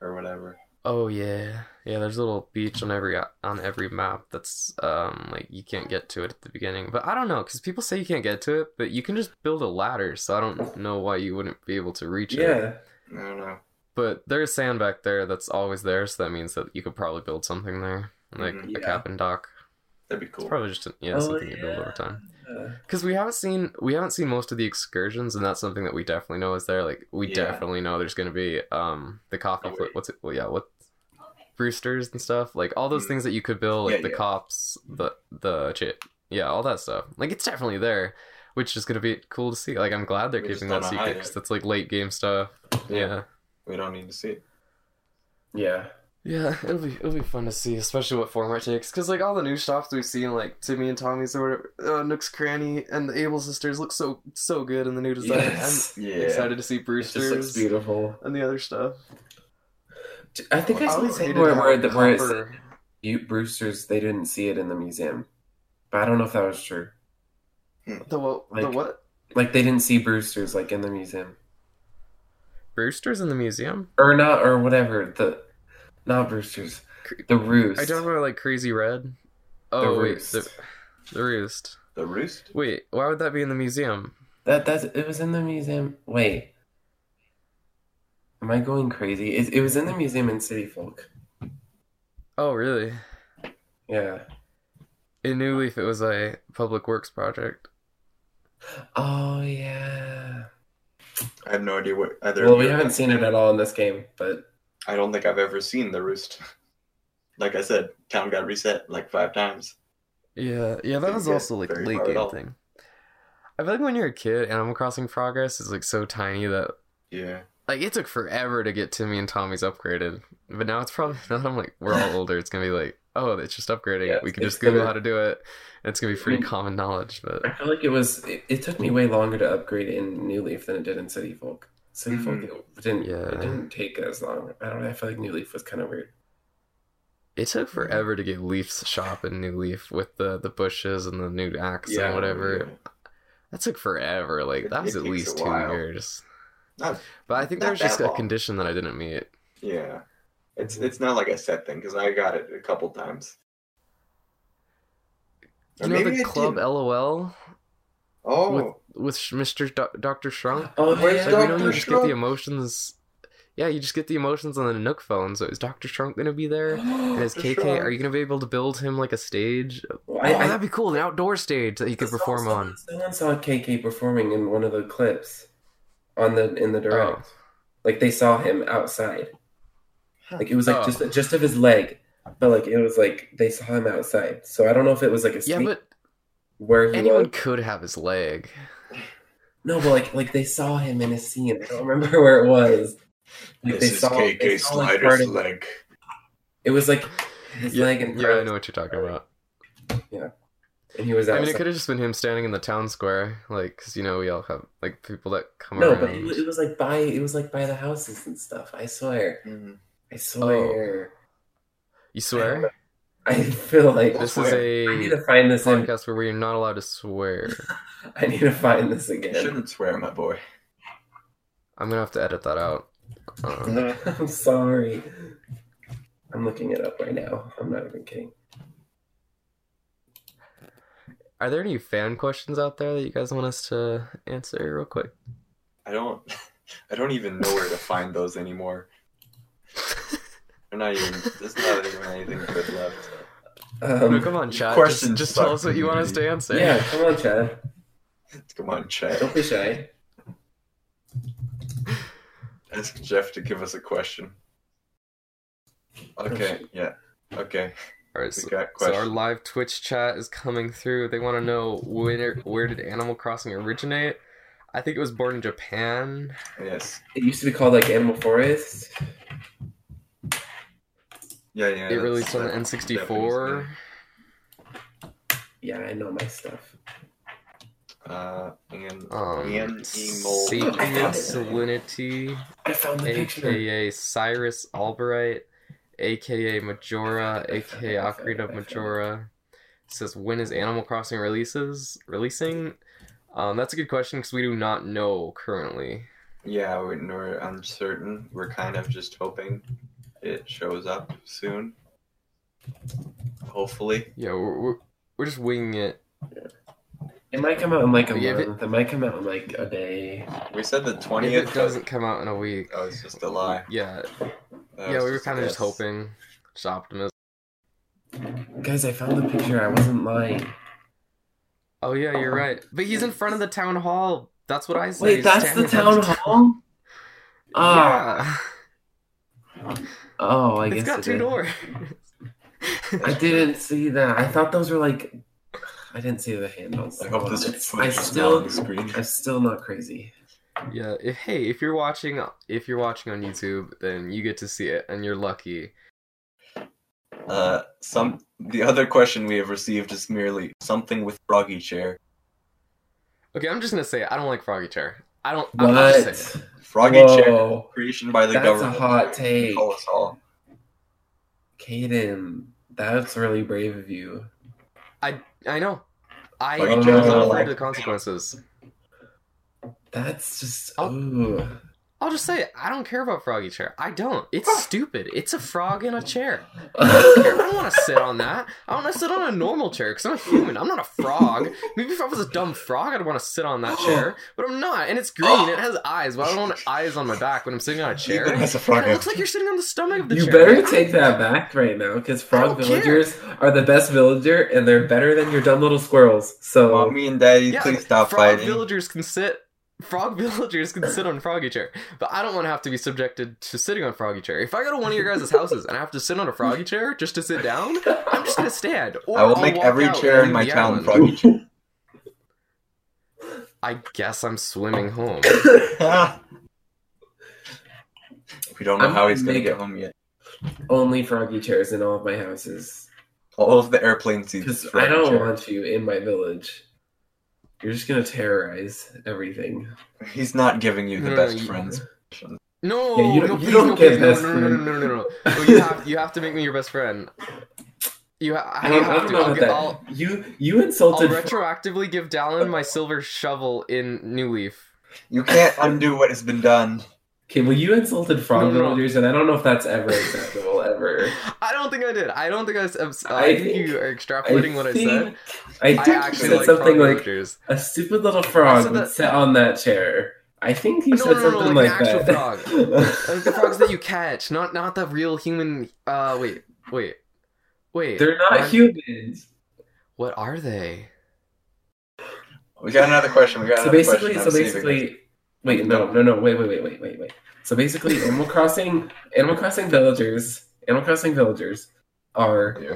Speaker 1: or whatever.
Speaker 2: Oh yeah, yeah. There's a little beach on every on every map that's um like you can't get to it at the beginning. But I don't know because people say you can't get to it, but you can just build a ladder. So I don't know why you wouldn't be able to reach it.
Speaker 3: yeah.
Speaker 1: I don't know.
Speaker 2: But there's sand back there that's always there, so that means that you could probably build something there, like
Speaker 1: Mhm.
Speaker 2: a
Speaker 3: Mm-hmm. Yeah.
Speaker 2: cap and dock.
Speaker 1: That'd be
Speaker 2: It's
Speaker 1: cool.
Speaker 2: probably just yeah
Speaker 3: Oh,
Speaker 2: something you build over time.
Speaker 3: Uh,
Speaker 2: Because we haven't seen we haven't seen most of the excursions, and that's something that we definitely know is there. Like we
Speaker 1: Yeah.
Speaker 2: definitely know there's going to be um the coffee.
Speaker 1: Oh,
Speaker 2: fl-
Speaker 1: wait.
Speaker 2: what's it? Well, yeah, what Brewsters and stuff. Like all those
Speaker 1: Mm.
Speaker 2: things that you could build, like
Speaker 1: Yeah,
Speaker 2: the
Speaker 1: yeah.
Speaker 2: cops, the the chip, yeah, all that stuff. Like it's definitely there, which is going to be cool to see. Like I'm glad they're
Speaker 1: We just
Speaker 2: keeping that
Speaker 1: don't know how
Speaker 2: secret
Speaker 1: yet.
Speaker 2: 'cause that's like late game stuff. Yeah.
Speaker 1: We don't need to see it.
Speaker 3: yeah.
Speaker 2: Yeah, it'll be it'll be fun to see, especially what form it takes. Cause like all the new shops we've seen, like Timmy and Tommy's or whatever, uh, Nook's Cranny and the Able Sisters look so so good in the new design.
Speaker 3: Yes.
Speaker 1: Yeah.
Speaker 2: I'm excited to see
Speaker 3: It just looks
Speaker 2: Brewster's
Speaker 3: beautiful.
Speaker 2: and the other stuff.
Speaker 3: I think I saw
Speaker 2: always hated
Speaker 3: something where,
Speaker 2: how
Speaker 3: where, the, where it's
Speaker 2: copper-
Speaker 3: you, Brewster's. They didn't see it in the museum, but I don't know if that was true.
Speaker 2: the what the
Speaker 3: like-
Speaker 2: what
Speaker 3: Like they didn't see Brewster's like in the museum
Speaker 2: Brewster's in the museum?
Speaker 3: or not or whatever the, not Brewster's, the Roost.
Speaker 2: Are you talking about like Crazy Red?
Speaker 3: the
Speaker 2: Oh wait,
Speaker 3: Roost.
Speaker 2: the, the Roost.
Speaker 1: The roost?
Speaker 2: Wait, why would that be in the museum?
Speaker 3: That that's it was in the museum. Wait, am I going crazy? It, it was in the museum in City Folk.
Speaker 2: Oh really?
Speaker 3: Yeah.
Speaker 2: In New Leaf, it was a public works project.
Speaker 3: Oh yeah.
Speaker 1: I have no idea what either.
Speaker 3: Well,
Speaker 1: of
Speaker 3: we
Speaker 1: you-
Speaker 3: haven't seen it at all in this game, but
Speaker 1: I don't think I've ever seen the roost. Like I said, town got reset like five times.
Speaker 2: Yeah, yeah, that
Speaker 1: Didn't
Speaker 2: was
Speaker 1: get
Speaker 2: also like a
Speaker 1: very
Speaker 2: late
Speaker 1: far at
Speaker 2: game
Speaker 1: all.
Speaker 2: thing. I feel like when you're a kid, Animal Crossing Progress is like so tiny that
Speaker 1: Yeah.
Speaker 2: like it took forever to get Timmy and Tommy's upgraded. But now it's probably now that I'm like we're all older, it's gonna be like oh it's just upgrading.
Speaker 3: Yeah,
Speaker 2: we can
Speaker 3: it's
Speaker 2: just Google
Speaker 3: gonna-
Speaker 2: how to do it. And it's gonna be
Speaker 1: Mm-hmm.
Speaker 2: pretty
Speaker 3: Mm.
Speaker 2: common knowledge. But
Speaker 3: I feel like it was. It, it took me way longer to upgrade in New Leaf than it did in City Folk. City Folk it didn't.
Speaker 2: Yeah.
Speaker 3: It didn't take as long. I don't. know. I feel like New Leaf was kind of weird.
Speaker 2: it took forever to get Leaf's shop in New Leaf with the the bushes and the new axe and whatever. That took forever. Like
Speaker 1: It-
Speaker 2: that was
Speaker 1: it
Speaker 2: at
Speaker 1: takes
Speaker 2: least
Speaker 1: a
Speaker 2: two
Speaker 1: while.
Speaker 2: years.
Speaker 1: Not-
Speaker 2: but I think
Speaker 1: not
Speaker 2: there was
Speaker 1: that
Speaker 2: just a
Speaker 1: long.
Speaker 2: condition that I didn't meet.
Speaker 1: Yeah. It's
Speaker 3: Mm-hmm.
Speaker 1: it's not like a set thing because I got it a couple times. Or
Speaker 2: You know
Speaker 1: maybe
Speaker 2: the
Speaker 1: I
Speaker 2: club
Speaker 1: didn't.
Speaker 2: LOL
Speaker 1: Oh,
Speaker 2: with Sh- Mr. Do- Dr. Shrunk.
Speaker 3: Oh,
Speaker 1: Where's
Speaker 2: Like, we
Speaker 1: Dr.
Speaker 2: know you just get
Speaker 1: Shrunk?
Speaker 2: the emotions. Yeah, you just get the emotions on the Nook phone. So is Dr. Shrunk gonna be there? And is
Speaker 1: Dr.
Speaker 2: KK?
Speaker 1: Shrunk.
Speaker 2: Are you gonna be able to build him like a stage?
Speaker 3: Well,
Speaker 2: oh, that'd be cool, an outdoor stage that he could
Speaker 3: someone-
Speaker 2: perform on.
Speaker 3: Someone saw KK performing in one of the clips, on the in the
Speaker 2: Oh.
Speaker 3: direct. Like they saw him outside. Like it was like
Speaker 2: Oh.
Speaker 3: just just of his leg, but like it was like they saw him outside. So I don't know if it was like a
Speaker 2: Yeah,
Speaker 3: sneak
Speaker 2: but
Speaker 3: where he was.
Speaker 2: anyone could have his leg.
Speaker 3: No, but like like they saw him in a scene. I don't remember where it was. Like they saw, they saw like part of,
Speaker 1: leg.
Speaker 3: It was like his
Speaker 2: Yeah,
Speaker 3: leg and
Speaker 2: yeah, I
Speaker 3: breast,
Speaker 2: know what you're talking about.
Speaker 3: and he was
Speaker 2: I
Speaker 3: outside.
Speaker 2: mean, it could have just been him standing in the town square, like, because you know we all have like people that come
Speaker 3: no,
Speaker 2: around.
Speaker 3: but it, was- it was like by it was like by the houses and stuff. I swear, I swear.
Speaker 2: you swear? Oh.
Speaker 3: I feel like
Speaker 2: This
Speaker 3: this.
Speaker 2: is
Speaker 1: swear.
Speaker 2: a
Speaker 3: I need to find this. In,
Speaker 2: podcast where we are not allowed to swear.
Speaker 3: I need to find this
Speaker 1: You
Speaker 3: again.
Speaker 1: shouldn't swear, my boy.
Speaker 3: Mm-hmm.
Speaker 2: I'm gonna have to edit that out. Um,
Speaker 3: I'm sorry. I'm looking it up right now. I'm not even kidding.
Speaker 2: Are there any fan questions out there that you guys want us to answer real quick?
Speaker 1: I don't. I don't even know where to find those anymore. They're not even. There's not even anything good left.
Speaker 2: no,
Speaker 3: Um,
Speaker 2: come on, chat. Just,
Speaker 1: questions
Speaker 2: just tell
Speaker 1: suck
Speaker 2: us what you want us to answer.
Speaker 3: yeah, come on, Chad.
Speaker 1: Come on,
Speaker 3: Don't
Speaker 1: Chad.
Speaker 3: be shy.
Speaker 1: Ask Jeff to give us a question. Okay. Yeah. Okay.
Speaker 2: All right,
Speaker 1: We
Speaker 2: so,
Speaker 1: got
Speaker 2: so our
Speaker 1: questions.
Speaker 2: live Twitch chat is coming through. They want to know where where did Animal Crossing originate? I think it was born in Japan.
Speaker 1: Yes.
Speaker 3: It used to be called like Animal Forest.
Speaker 1: Yeah. Yeah.
Speaker 2: it
Speaker 1: that's-
Speaker 2: released on the
Speaker 1: that's
Speaker 2: N64.
Speaker 1: Japanese
Speaker 3: Yeah, I know my stuff.
Speaker 1: name. Uh, and
Speaker 2: Um,
Speaker 1: Animal-
Speaker 2: Sapient Salinity,
Speaker 3: I found the picture.
Speaker 2: aka Cyrus Albright, aka Majora, aka Ocarina of Majora. It says when is Animal Crossing releases releasing? Um, that's a good question because we do not know currently.
Speaker 1: yeah, we're, we're uncertain. We're kind of just hoping it shows up soon. Hopefully.
Speaker 2: Yeah, we're, we're, we're just winging it.
Speaker 3: It might come out in like a
Speaker 2: Yeah, if it-
Speaker 3: month. It might come out in like a day.
Speaker 1: We said the
Speaker 2: If
Speaker 1: twentieth.
Speaker 2: it doesn't come out in a week,
Speaker 1: That was just a lie.
Speaker 2: yeah,
Speaker 1: That
Speaker 2: yeah,
Speaker 1: was
Speaker 2: we were
Speaker 1: just a
Speaker 2: kind of just
Speaker 1: guess.
Speaker 2: hoping, just optimism.
Speaker 3: Guys, I found the picture. I wasn't lying.
Speaker 2: Oh yeah, you're right. But he's in front of the town hall. That's what I said.
Speaker 3: Uh-huh. Wait,
Speaker 2: He's
Speaker 3: that's the
Speaker 2: standing in front
Speaker 3: town
Speaker 2: of
Speaker 3: hall.
Speaker 2: the-
Speaker 3: Ah,
Speaker 2: Yeah.
Speaker 3: oh, I guess
Speaker 2: it's got
Speaker 3: it
Speaker 2: two
Speaker 3: is.
Speaker 2: doors.
Speaker 3: I didn't see that. I thought those were like. I didn't see the handles.
Speaker 1: I hope this
Speaker 3: It's- I
Speaker 1: footage is not on
Speaker 3: still,
Speaker 1: the screen.
Speaker 3: I'm still not crazy.
Speaker 2: yeah. If, hey, if you're watching, if you're watching on YouTube, then you get to see it, and you're lucky.
Speaker 1: Uh, some the other question we have received is merely something with froggy chair.
Speaker 2: Okay, I'm just gonna say it. I don't like Froggy Chair. I don't. I'm not
Speaker 3: What?
Speaker 2: gonna say it.
Speaker 1: Froggy chair
Speaker 3: Whoa.
Speaker 1: creation by the
Speaker 3: That's a
Speaker 1: government.
Speaker 3: hot take.
Speaker 1: Call us all.
Speaker 3: Caden, that's really brave of you.
Speaker 2: I know. I
Speaker 1: Froggy
Speaker 2: am not
Speaker 3: Chair's not
Speaker 2: afraid
Speaker 1: allowed.
Speaker 2: of the consequences.
Speaker 3: That's just
Speaker 2: Oh.
Speaker 3: ooh.
Speaker 2: I'll just say it. I don't care about Froggy Chair. I don't. It's stupid. It's a frog in a chair. I don't want to sit on that. I want to sit on a normal chair because I'm a human. I'm not a frog. Maybe if I was a dumb frog, I'd want to sit on that chair, but I'm not. And it's green. It has eyes. Well, I don't want eyes on my back when I'm sitting on a chair.
Speaker 1: Even as a
Speaker 2: And
Speaker 1: frog.
Speaker 2: it looks like you're sitting on the stomach of the
Speaker 3: you
Speaker 2: chair.
Speaker 3: better take that back right now, because
Speaker 2: I don't
Speaker 3: frog
Speaker 2: care.
Speaker 3: villagers are the best villager, and they're better than your dumb little squirrels. So
Speaker 1: Mommy and daddy,
Speaker 2: Yeah,
Speaker 1: please stop
Speaker 2: frog
Speaker 1: fighting.
Speaker 2: villagers can sit. Frog villagers can sit on froggy chair, but I don't want to have to be subjected to sitting on froggy chair. If I go to one of your guys' houses and I have to sit on a froggy chair just to sit down, I'm just gonna stand. Or
Speaker 1: I will
Speaker 2: I'll
Speaker 1: make
Speaker 2: walk
Speaker 1: every
Speaker 2: out and
Speaker 1: chair in
Speaker 2: leave
Speaker 1: my
Speaker 2: the
Speaker 1: town
Speaker 2: island.
Speaker 1: froggy chair.
Speaker 2: I guess I'm swimming home.
Speaker 1: we don't know
Speaker 3: I'm
Speaker 1: how he's gonna
Speaker 3: gonna make-
Speaker 1: get home yet.
Speaker 3: only froggy chairs in all of my houses,
Speaker 1: All of the airplane seats.
Speaker 3: because
Speaker 1: is
Speaker 3: I
Speaker 1: froggy
Speaker 3: don't
Speaker 1: chair.
Speaker 3: want you in my village. You're just gonna terrorize everything.
Speaker 1: He's not giving you the
Speaker 2: No,
Speaker 1: best
Speaker 2: you-
Speaker 1: friends.
Speaker 2: No,
Speaker 3: Yeah, you don't-
Speaker 2: no,
Speaker 3: you
Speaker 2: please,
Speaker 3: don't
Speaker 2: no,
Speaker 3: get
Speaker 2: please, no,
Speaker 3: best
Speaker 2: no, no, no,
Speaker 3: friend.
Speaker 2: no, no, no. no. you have you have to make me your best friend. You ha-
Speaker 3: I don't, I
Speaker 2: have
Speaker 3: don't
Speaker 2: to.
Speaker 3: know
Speaker 2: I'll,
Speaker 3: about
Speaker 2: get-
Speaker 3: that.
Speaker 2: I'll,
Speaker 3: you you
Speaker 2: I'll
Speaker 3: insulted. fro-
Speaker 2: retroactively give Dallin my silver shovel in New Leaf.
Speaker 1: You can't undo what has been done.
Speaker 3: okay, well you insulted frog
Speaker 2: No, no, no.
Speaker 3: villagers, and I don't know if that's ever acceptable ever.
Speaker 2: I don't think I did. I don't think I. s- I'm s- I,
Speaker 3: I
Speaker 2: think,
Speaker 3: think-
Speaker 2: you are extrapolating what I said.
Speaker 3: I
Speaker 2: I
Speaker 3: think you
Speaker 2: actually
Speaker 3: said
Speaker 2: like
Speaker 3: something
Speaker 2: frog
Speaker 3: like
Speaker 2: villagers.
Speaker 3: a stupid little
Speaker 2: I
Speaker 3: frog
Speaker 2: said
Speaker 3: would
Speaker 2: that-
Speaker 3: sit on that chair. I think you
Speaker 2: No,
Speaker 3: said
Speaker 2: no, no,
Speaker 3: something
Speaker 2: like
Speaker 3: like,
Speaker 2: an actual
Speaker 3: that.
Speaker 2: Like the frogs that you catch, not not the real human. Uh, wait, wait, wait.
Speaker 3: They're
Speaker 2: Why-
Speaker 3: not humans.
Speaker 2: What are they?
Speaker 1: We got another question. We got
Speaker 3: So
Speaker 1: another
Speaker 3: basically,
Speaker 1: question.
Speaker 3: so
Speaker 1: I'm saving it.
Speaker 3: basically, wait, no, no, no, wait, wait, wait, wait, wait, wait. So basically, Animal Crossing, Animal Crossing villagers, Animal Crossing villagers are
Speaker 1: Yeah.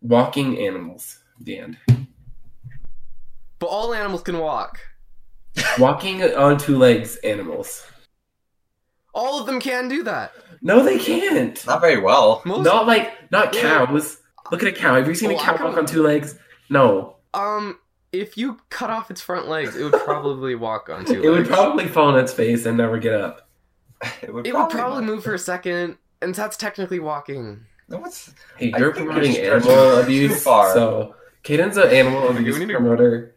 Speaker 3: walking animals. The end.
Speaker 2: But all animals can walk.
Speaker 3: Walking on two legs animals.
Speaker 2: All of them can do that.
Speaker 3: No, they can't.
Speaker 1: not very well.
Speaker 2: Most
Speaker 3: Not like not
Speaker 2: Yeah.
Speaker 3: cows. Look at a cow. Have you seen
Speaker 2: Oh,
Speaker 3: a
Speaker 2: I
Speaker 3: cow
Speaker 2: can-
Speaker 3: walk on two legs? No.
Speaker 2: Um, if you cut off its front legs, it would probably walk on two
Speaker 3: It would
Speaker 2: legs.
Speaker 3: probably fall on its face and never get up.
Speaker 1: It would
Speaker 2: It would
Speaker 1: probably.
Speaker 2: probably move for a second, and that's technically walking.
Speaker 1: No, what's
Speaker 3: Hey,
Speaker 1: I
Speaker 3: you're
Speaker 1: think
Speaker 3: promoting
Speaker 1: you're stretching
Speaker 3: animal
Speaker 1: it too
Speaker 3: abuse,
Speaker 1: far.
Speaker 3: so Caden's an animal
Speaker 2: We
Speaker 3: abuse
Speaker 2: need to-
Speaker 3: promoter.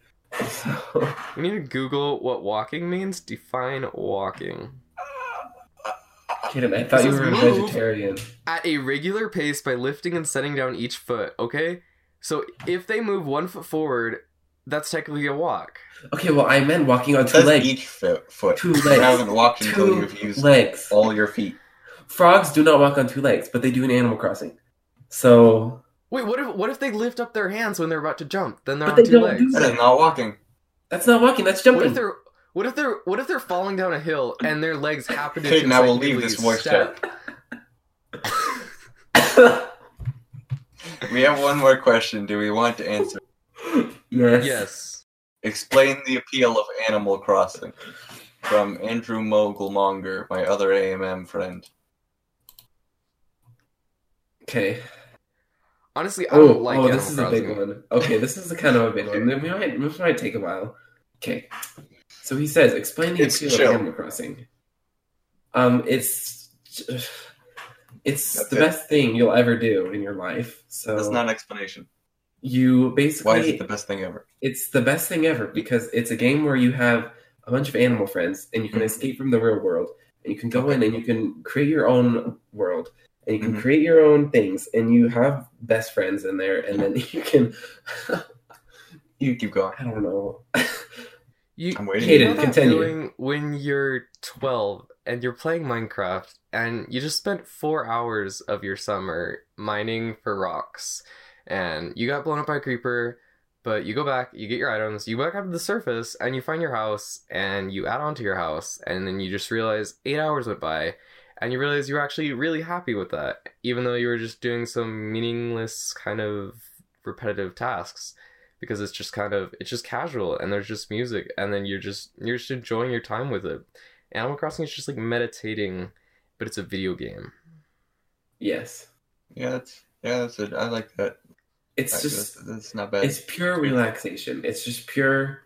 Speaker 3: So,
Speaker 2: We need to Google what walking means. Define walking.
Speaker 3: Tatum, I thought you
Speaker 2: This
Speaker 3: were a
Speaker 2: is move.
Speaker 3: vegetarian.
Speaker 2: at a regular pace by lifting and setting down each foot, okay? So if they move one foot forward, that's technically a walk.
Speaker 3: Okay, well, I meant walking on two
Speaker 1: That's
Speaker 3: legs.
Speaker 1: each foot. foot.
Speaker 3: Two
Speaker 1: You
Speaker 3: legs.
Speaker 1: haven't walked until
Speaker 3: Two
Speaker 1: you've used
Speaker 3: legs.
Speaker 1: all your feet.
Speaker 3: Frogs do not walk on two legs, but they do in Animal Crossing. So
Speaker 2: Wait, what if what if they lift up their hands when they're about to jump? Then they're
Speaker 3: But
Speaker 2: on
Speaker 3: they
Speaker 2: two
Speaker 3: don't do
Speaker 2: legs.
Speaker 1: That is not walking.
Speaker 3: that's not walking. That's
Speaker 2: What
Speaker 3: jumping.
Speaker 2: if they're what if they're what if they're falling down a hill and their legs happen to
Speaker 1: Peyton, I will leave this
Speaker 2: consecutively
Speaker 1: voice chat.
Speaker 2: step?
Speaker 1: We have one more question. Do we want to answer?
Speaker 3: yes.
Speaker 2: Yes.
Speaker 1: Explain the appeal of Animal Crossing from Andrew Mogelmonger, my other AMM friend.
Speaker 3: Okay.
Speaker 2: Honestly, I
Speaker 3: Oh,
Speaker 2: don't like
Speaker 3: oh,
Speaker 2: Animal
Speaker 3: this is
Speaker 2: Crossing.
Speaker 3: a big one. Okay, this is a kind of a big one. Then We might, this might take a while. Okay. So he says, explain the
Speaker 1: It's
Speaker 3: appeal
Speaker 1: chill.
Speaker 3: of Animal Crossing. Um, it's it's
Speaker 1: That's
Speaker 3: the
Speaker 1: it.
Speaker 3: best thing you'll ever do in your life. So
Speaker 1: That's not an explanation.
Speaker 3: you
Speaker 1: Why is
Speaker 3: basically
Speaker 1: it the best thing ever?
Speaker 3: it's the best thing ever because it's a game where you have a bunch of animal friends and you can
Speaker 1: Mhm.
Speaker 3: escape from the real world and you can go
Speaker 1: Okay.
Speaker 3: in and you can create your own world and you can
Speaker 1: Mhm.
Speaker 3: create your own things and you have best friends in there and then you can
Speaker 1: You keep going.
Speaker 3: I don't know.
Speaker 2: You,
Speaker 1: I'm waiting.
Speaker 2: you know
Speaker 3: Hayden,
Speaker 2: that
Speaker 3: continue.
Speaker 2: feeling when you're 12 and you're playing Minecraft and you just spent four hours of your summer mining for rocks and you got blown up by a creeper, but you go back, you get your items, you go back up to the surface and you find your house and you add on to your house and then you just realize eight hours went by and you realize you're actually really happy with that, even though you were just doing some meaningless kind of repetitive tasks because it's just kind of it's just casual and there's just music and then you're just you're just enjoying your time with it. Animal Crossing is just like meditating, but it's a video game.
Speaker 3: yes.
Speaker 1: Yeah, that's yeah, that's it. I like that.
Speaker 3: It's
Speaker 1: That's,
Speaker 3: just
Speaker 1: that's, that's not bad.
Speaker 3: it's pure relaxation. It's just pure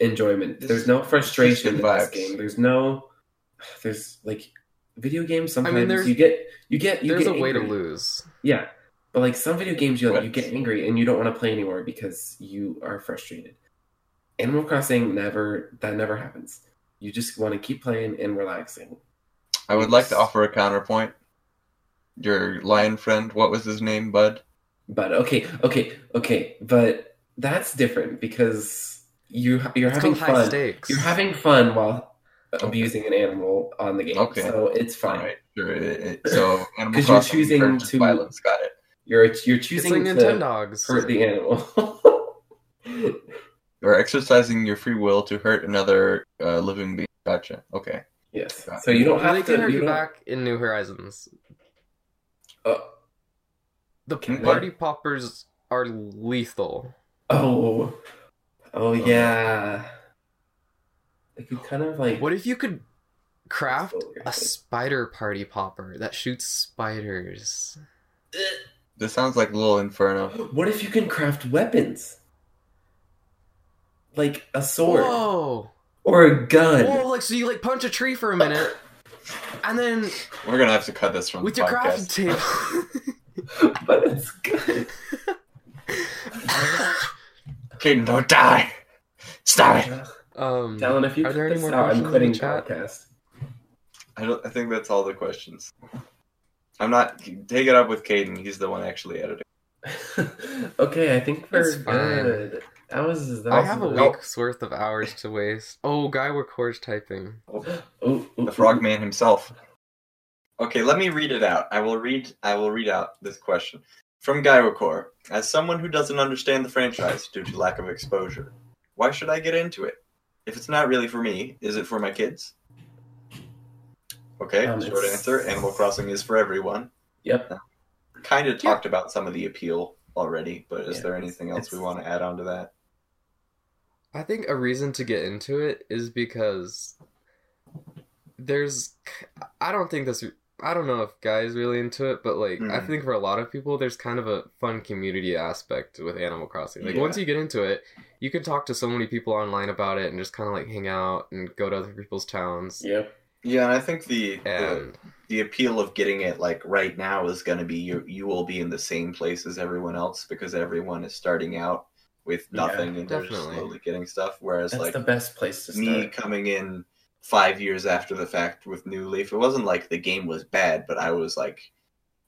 Speaker 3: enjoyment.
Speaker 1: This-
Speaker 3: There's no frustration in
Speaker 1: just
Speaker 3: this
Speaker 1: vibes.
Speaker 3: game. There's no there's like video games sometimes
Speaker 2: there's-
Speaker 3: you get you get you
Speaker 2: there's
Speaker 3: get
Speaker 2: a way to
Speaker 3: angry.
Speaker 2: lose.
Speaker 3: Yeah, but like some video games, you like, you
Speaker 1: What?
Speaker 3: get angry and you don't want to play anymore because you are frustrated. Animal Crossing never that never happens. You just want to keep playing and relaxing.
Speaker 1: I would like to offer a counterpoint. Your lion friend, what was his name, Bud?
Speaker 3: But okay, okay, okay, but that's different because you you're
Speaker 2: It's
Speaker 3: having
Speaker 2: called high
Speaker 3: fun.
Speaker 2: stakes.
Speaker 3: You're having fun while abusing an animal on the game.
Speaker 1: Okay.
Speaker 3: So it's
Speaker 1: All
Speaker 3: fine.
Speaker 1: right, sure. it- it- so Animal
Speaker 3: 'Cause you're
Speaker 1: Crossing,
Speaker 3: choosing
Speaker 1: Church of
Speaker 3: to-
Speaker 1: Violence, got it.
Speaker 3: You're you're
Speaker 2: it's like
Speaker 3: choosing to
Speaker 2: Nintendogs.
Speaker 3: hurt the animal.
Speaker 1: You're exercising your free will to hurt another uh, living being. Gotcha. Okay.
Speaker 3: yes.
Speaker 1: Got
Speaker 3: So you don't
Speaker 2: Well,
Speaker 3: have
Speaker 2: they
Speaker 3: to
Speaker 2: can hurt
Speaker 3: you
Speaker 2: you
Speaker 3: don't-
Speaker 2: back in New Horizons.
Speaker 3: Oh.
Speaker 2: The
Speaker 1: Can they?
Speaker 2: party poppers are lethal.
Speaker 3: Oh, oh yeah. They could kind of like
Speaker 2: What if you could craft
Speaker 3: Totally.
Speaker 2: a spider party popper that shoots spiders?
Speaker 1: This sounds like Little Inferno.
Speaker 3: What if you can craft weapons, like a sword
Speaker 2: Whoa!
Speaker 3: or a gun?
Speaker 2: Whoa! Like so, you like punch a tree for a minute, and then
Speaker 1: We're gonna have to cut this from
Speaker 2: with
Speaker 1: the
Speaker 2: your crafting
Speaker 1: podcast.
Speaker 2: table.
Speaker 3: But it's good.
Speaker 1: Caden, don't die. Stop it.
Speaker 2: um,
Speaker 3: Talon, if you
Speaker 2: Are
Speaker 3: cut
Speaker 2: there any
Speaker 3: this
Speaker 2: more
Speaker 3: out, I'm
Speaker 2: questions in
Speaker 3: quitting
Speaker 2: the chat?
Speaker 3: podcast.
Speaker 1: I don't. I think that's all the questions. I'm not. Take it up with Caden. He's the one actually editing.
Speaker 3: okay, I think we're
Speaker 2: It's fine.
Speaker 3: good. That was. That
Speaker 2: I
Speaker 3: was
Speaker 2: have a
Speaker 3: good.
Speaker 2: week's worth of hours to waste. Oh, guy, records typing.
Speaker 3: Oh, oh,
Speaker 1: The Frogman himself. Okay, let me read it out. I will read. I will read out this question from Gyrocore. As someone who doesn't understand the franchise due to lack of exposure, why should I get into it? If it's not really for me, is it for my kids? Okay,
Speaker 3: Um,
Speaker 1: short
Speaker 3: it's-
Speaker 1: answer. Animal Crossing is for everyone.
Speaker 3: Yep.
Speaker 1: Kind of talked about some of the appeal already, but is
Speaker 3: Yeah,
Speaker 1: there anything else we
Speaker 3: it's-
Speaker 1: want to add on to that?
Speaker 2: I think a reason to get into it is because there's. I don't think this. I don't know if guys really into it, but like I
Speaker 1: Mhm.
Speaker 2: think for a lot of people, there's kind of a fun community aspect with Animal Crossing. Like
Speaker 1: Yeah.
Speaker 2: once you get into it, you can talk to so many people online about it and just kind of like hang out and go to other people's towns.
Speaker 3: Yep.
Speaker 1: Yeah, and I think the, the
Speaker 2: And
Speaker 1: the appeal of getting it like right now is going to be you you will be in the same place as everyone else because everyone is starting out with
Speaker 3: Yeah,
Speaker 1: nothing and they're just
Speaker 2: definitely.
Speaker 1: slowly getting stuff. Whereas
Speaker 3: That's
Speaker 1: like
Speaker 3: the best place to
Speaker 1: me
Speaker 3: start.
Speaker 1: coming in five years after the fact with New Leaf. It wasn't like the game was bad, but I was like,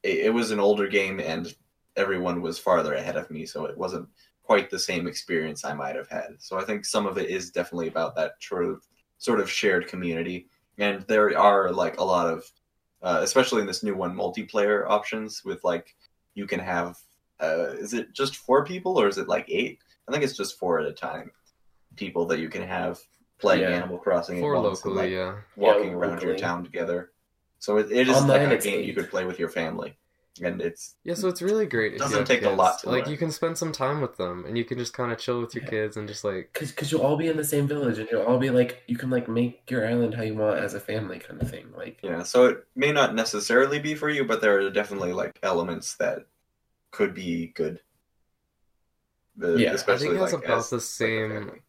Speaker 1: it, it was an older game and everyone was farther ahead of me, so it wasn't quite the same experience I might have had. So I think some of it is definitely about that sort of sort of shared community, and there are like a lot of, uh, especially in this new one, multiplayer options with like you can have. Uh, is it just four people or is it like eight? I think it's just four at a time. People that you can have playing
Speaker 3: Yeah.
Speaker 1: Animal Crossing at
Speaker 2: For
Speaker 1: once and,
Speaker 2: locally,
Speaker 1: like,
Speaker 2: yeah.
Speaker 1: walking
Speaker 3: Yeah,
Speaker 1: around your
Speaker 3: locally.
Speaker 1: town together. So it, it is
Speaker 3: Online,
Speaker 1: like a
Speaker 3: it's
Speaker 1: game you
Speaker 3: eight.
Speaker 1: could play with your family, and it's
Speaker 2: Yeah, so it's really great. if you
Speaker 1: Doesn't
Speaker 2: have
Speaker 1: take a
Speaker 2: kids.
Speaker 1: lot to
Speaker 2: Like
Speaker 1: learn.
Speaker 2: you can spend some time with them, and you can just kind of chill with your
Speaker 3: Yeah.
Speaker 2: kids and just like
Speaker 3: Cause, cause you'll all be in the same village, and you'll all be like, you can like make your island how you want as a family kind of thing. Like,
Speaker 1: you know. So it may not necessarily be for you, but there are definitely like elements that could be good. The-
Speaker 3: Yeah, I think
Speaker 1: especially
Speaker 2: that's
Speaker 1: like
Speaker 2: about
Speaker 1: as,
Speaker 2: the
Speaker 1: like, a
Speaker 2: same-
Speaker 1: family.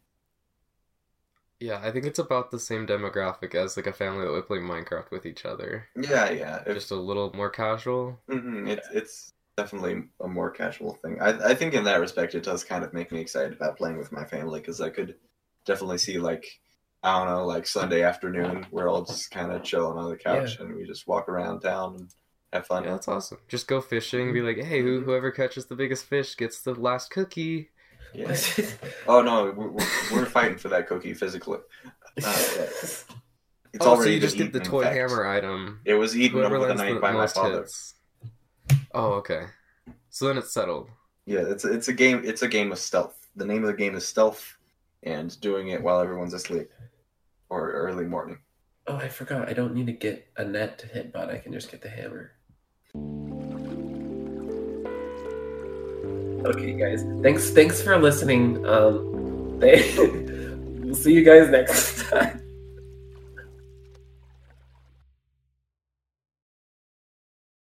Speaker 2: yeah, I think it's about the same demographic as like a family that would play Minecraft with each other.
Speaker 1: yeah, yeah. If-
Speaker 2: Just a little more casual.
Speaker 1: hmm It's it's definitely a more casual thing. I I think in that respect, it does kind of make me excited about playing with my family because I could definitely see like I don't know, like Sunday afternoon, we're all just kind of chilling on the couch and we just walk around town and have fun. Mm-hmm.
Speaker 2: Yeah, that's awesome. Just go fishing. Be like, hey, who, whoever catches the biggest fish gets the last cookie.
Speaker 1: Yeah. Oh no, we're, we're, we're fighting for that cookie physically. It's
Speaker 2: oh,
Speaker 1: already
Speaker 2: so you
Speaker 1: been
Speaker 2: just get the
Speaker 1: eaten, in
Speaker 2: toy
Speaker 1: fact.
Speaker 2: hammer item.
Speaker 1: It was eaten
Speaker 2: Whoever
Speaker 1: over the
Speaker 2: lands
Speaker 1: night
Speaker 2: the
Speaker 1: by my
Speaker 2: most
Speaker 1: father.
Speaker 2: hits. Oh, okay. So then it's settled.
Speaker 1: Yeah, it's it's a game. It's a game of stealth. The name of the game is stealth, and doing it while everyone's asleep or early morning.
Speaker 3: oh, I forgot. I don't need to get a net to hit bot. I can just get the hammer. Okay, guys. Thanks. Thanks for listening. Um, they, we'll see you guys next time.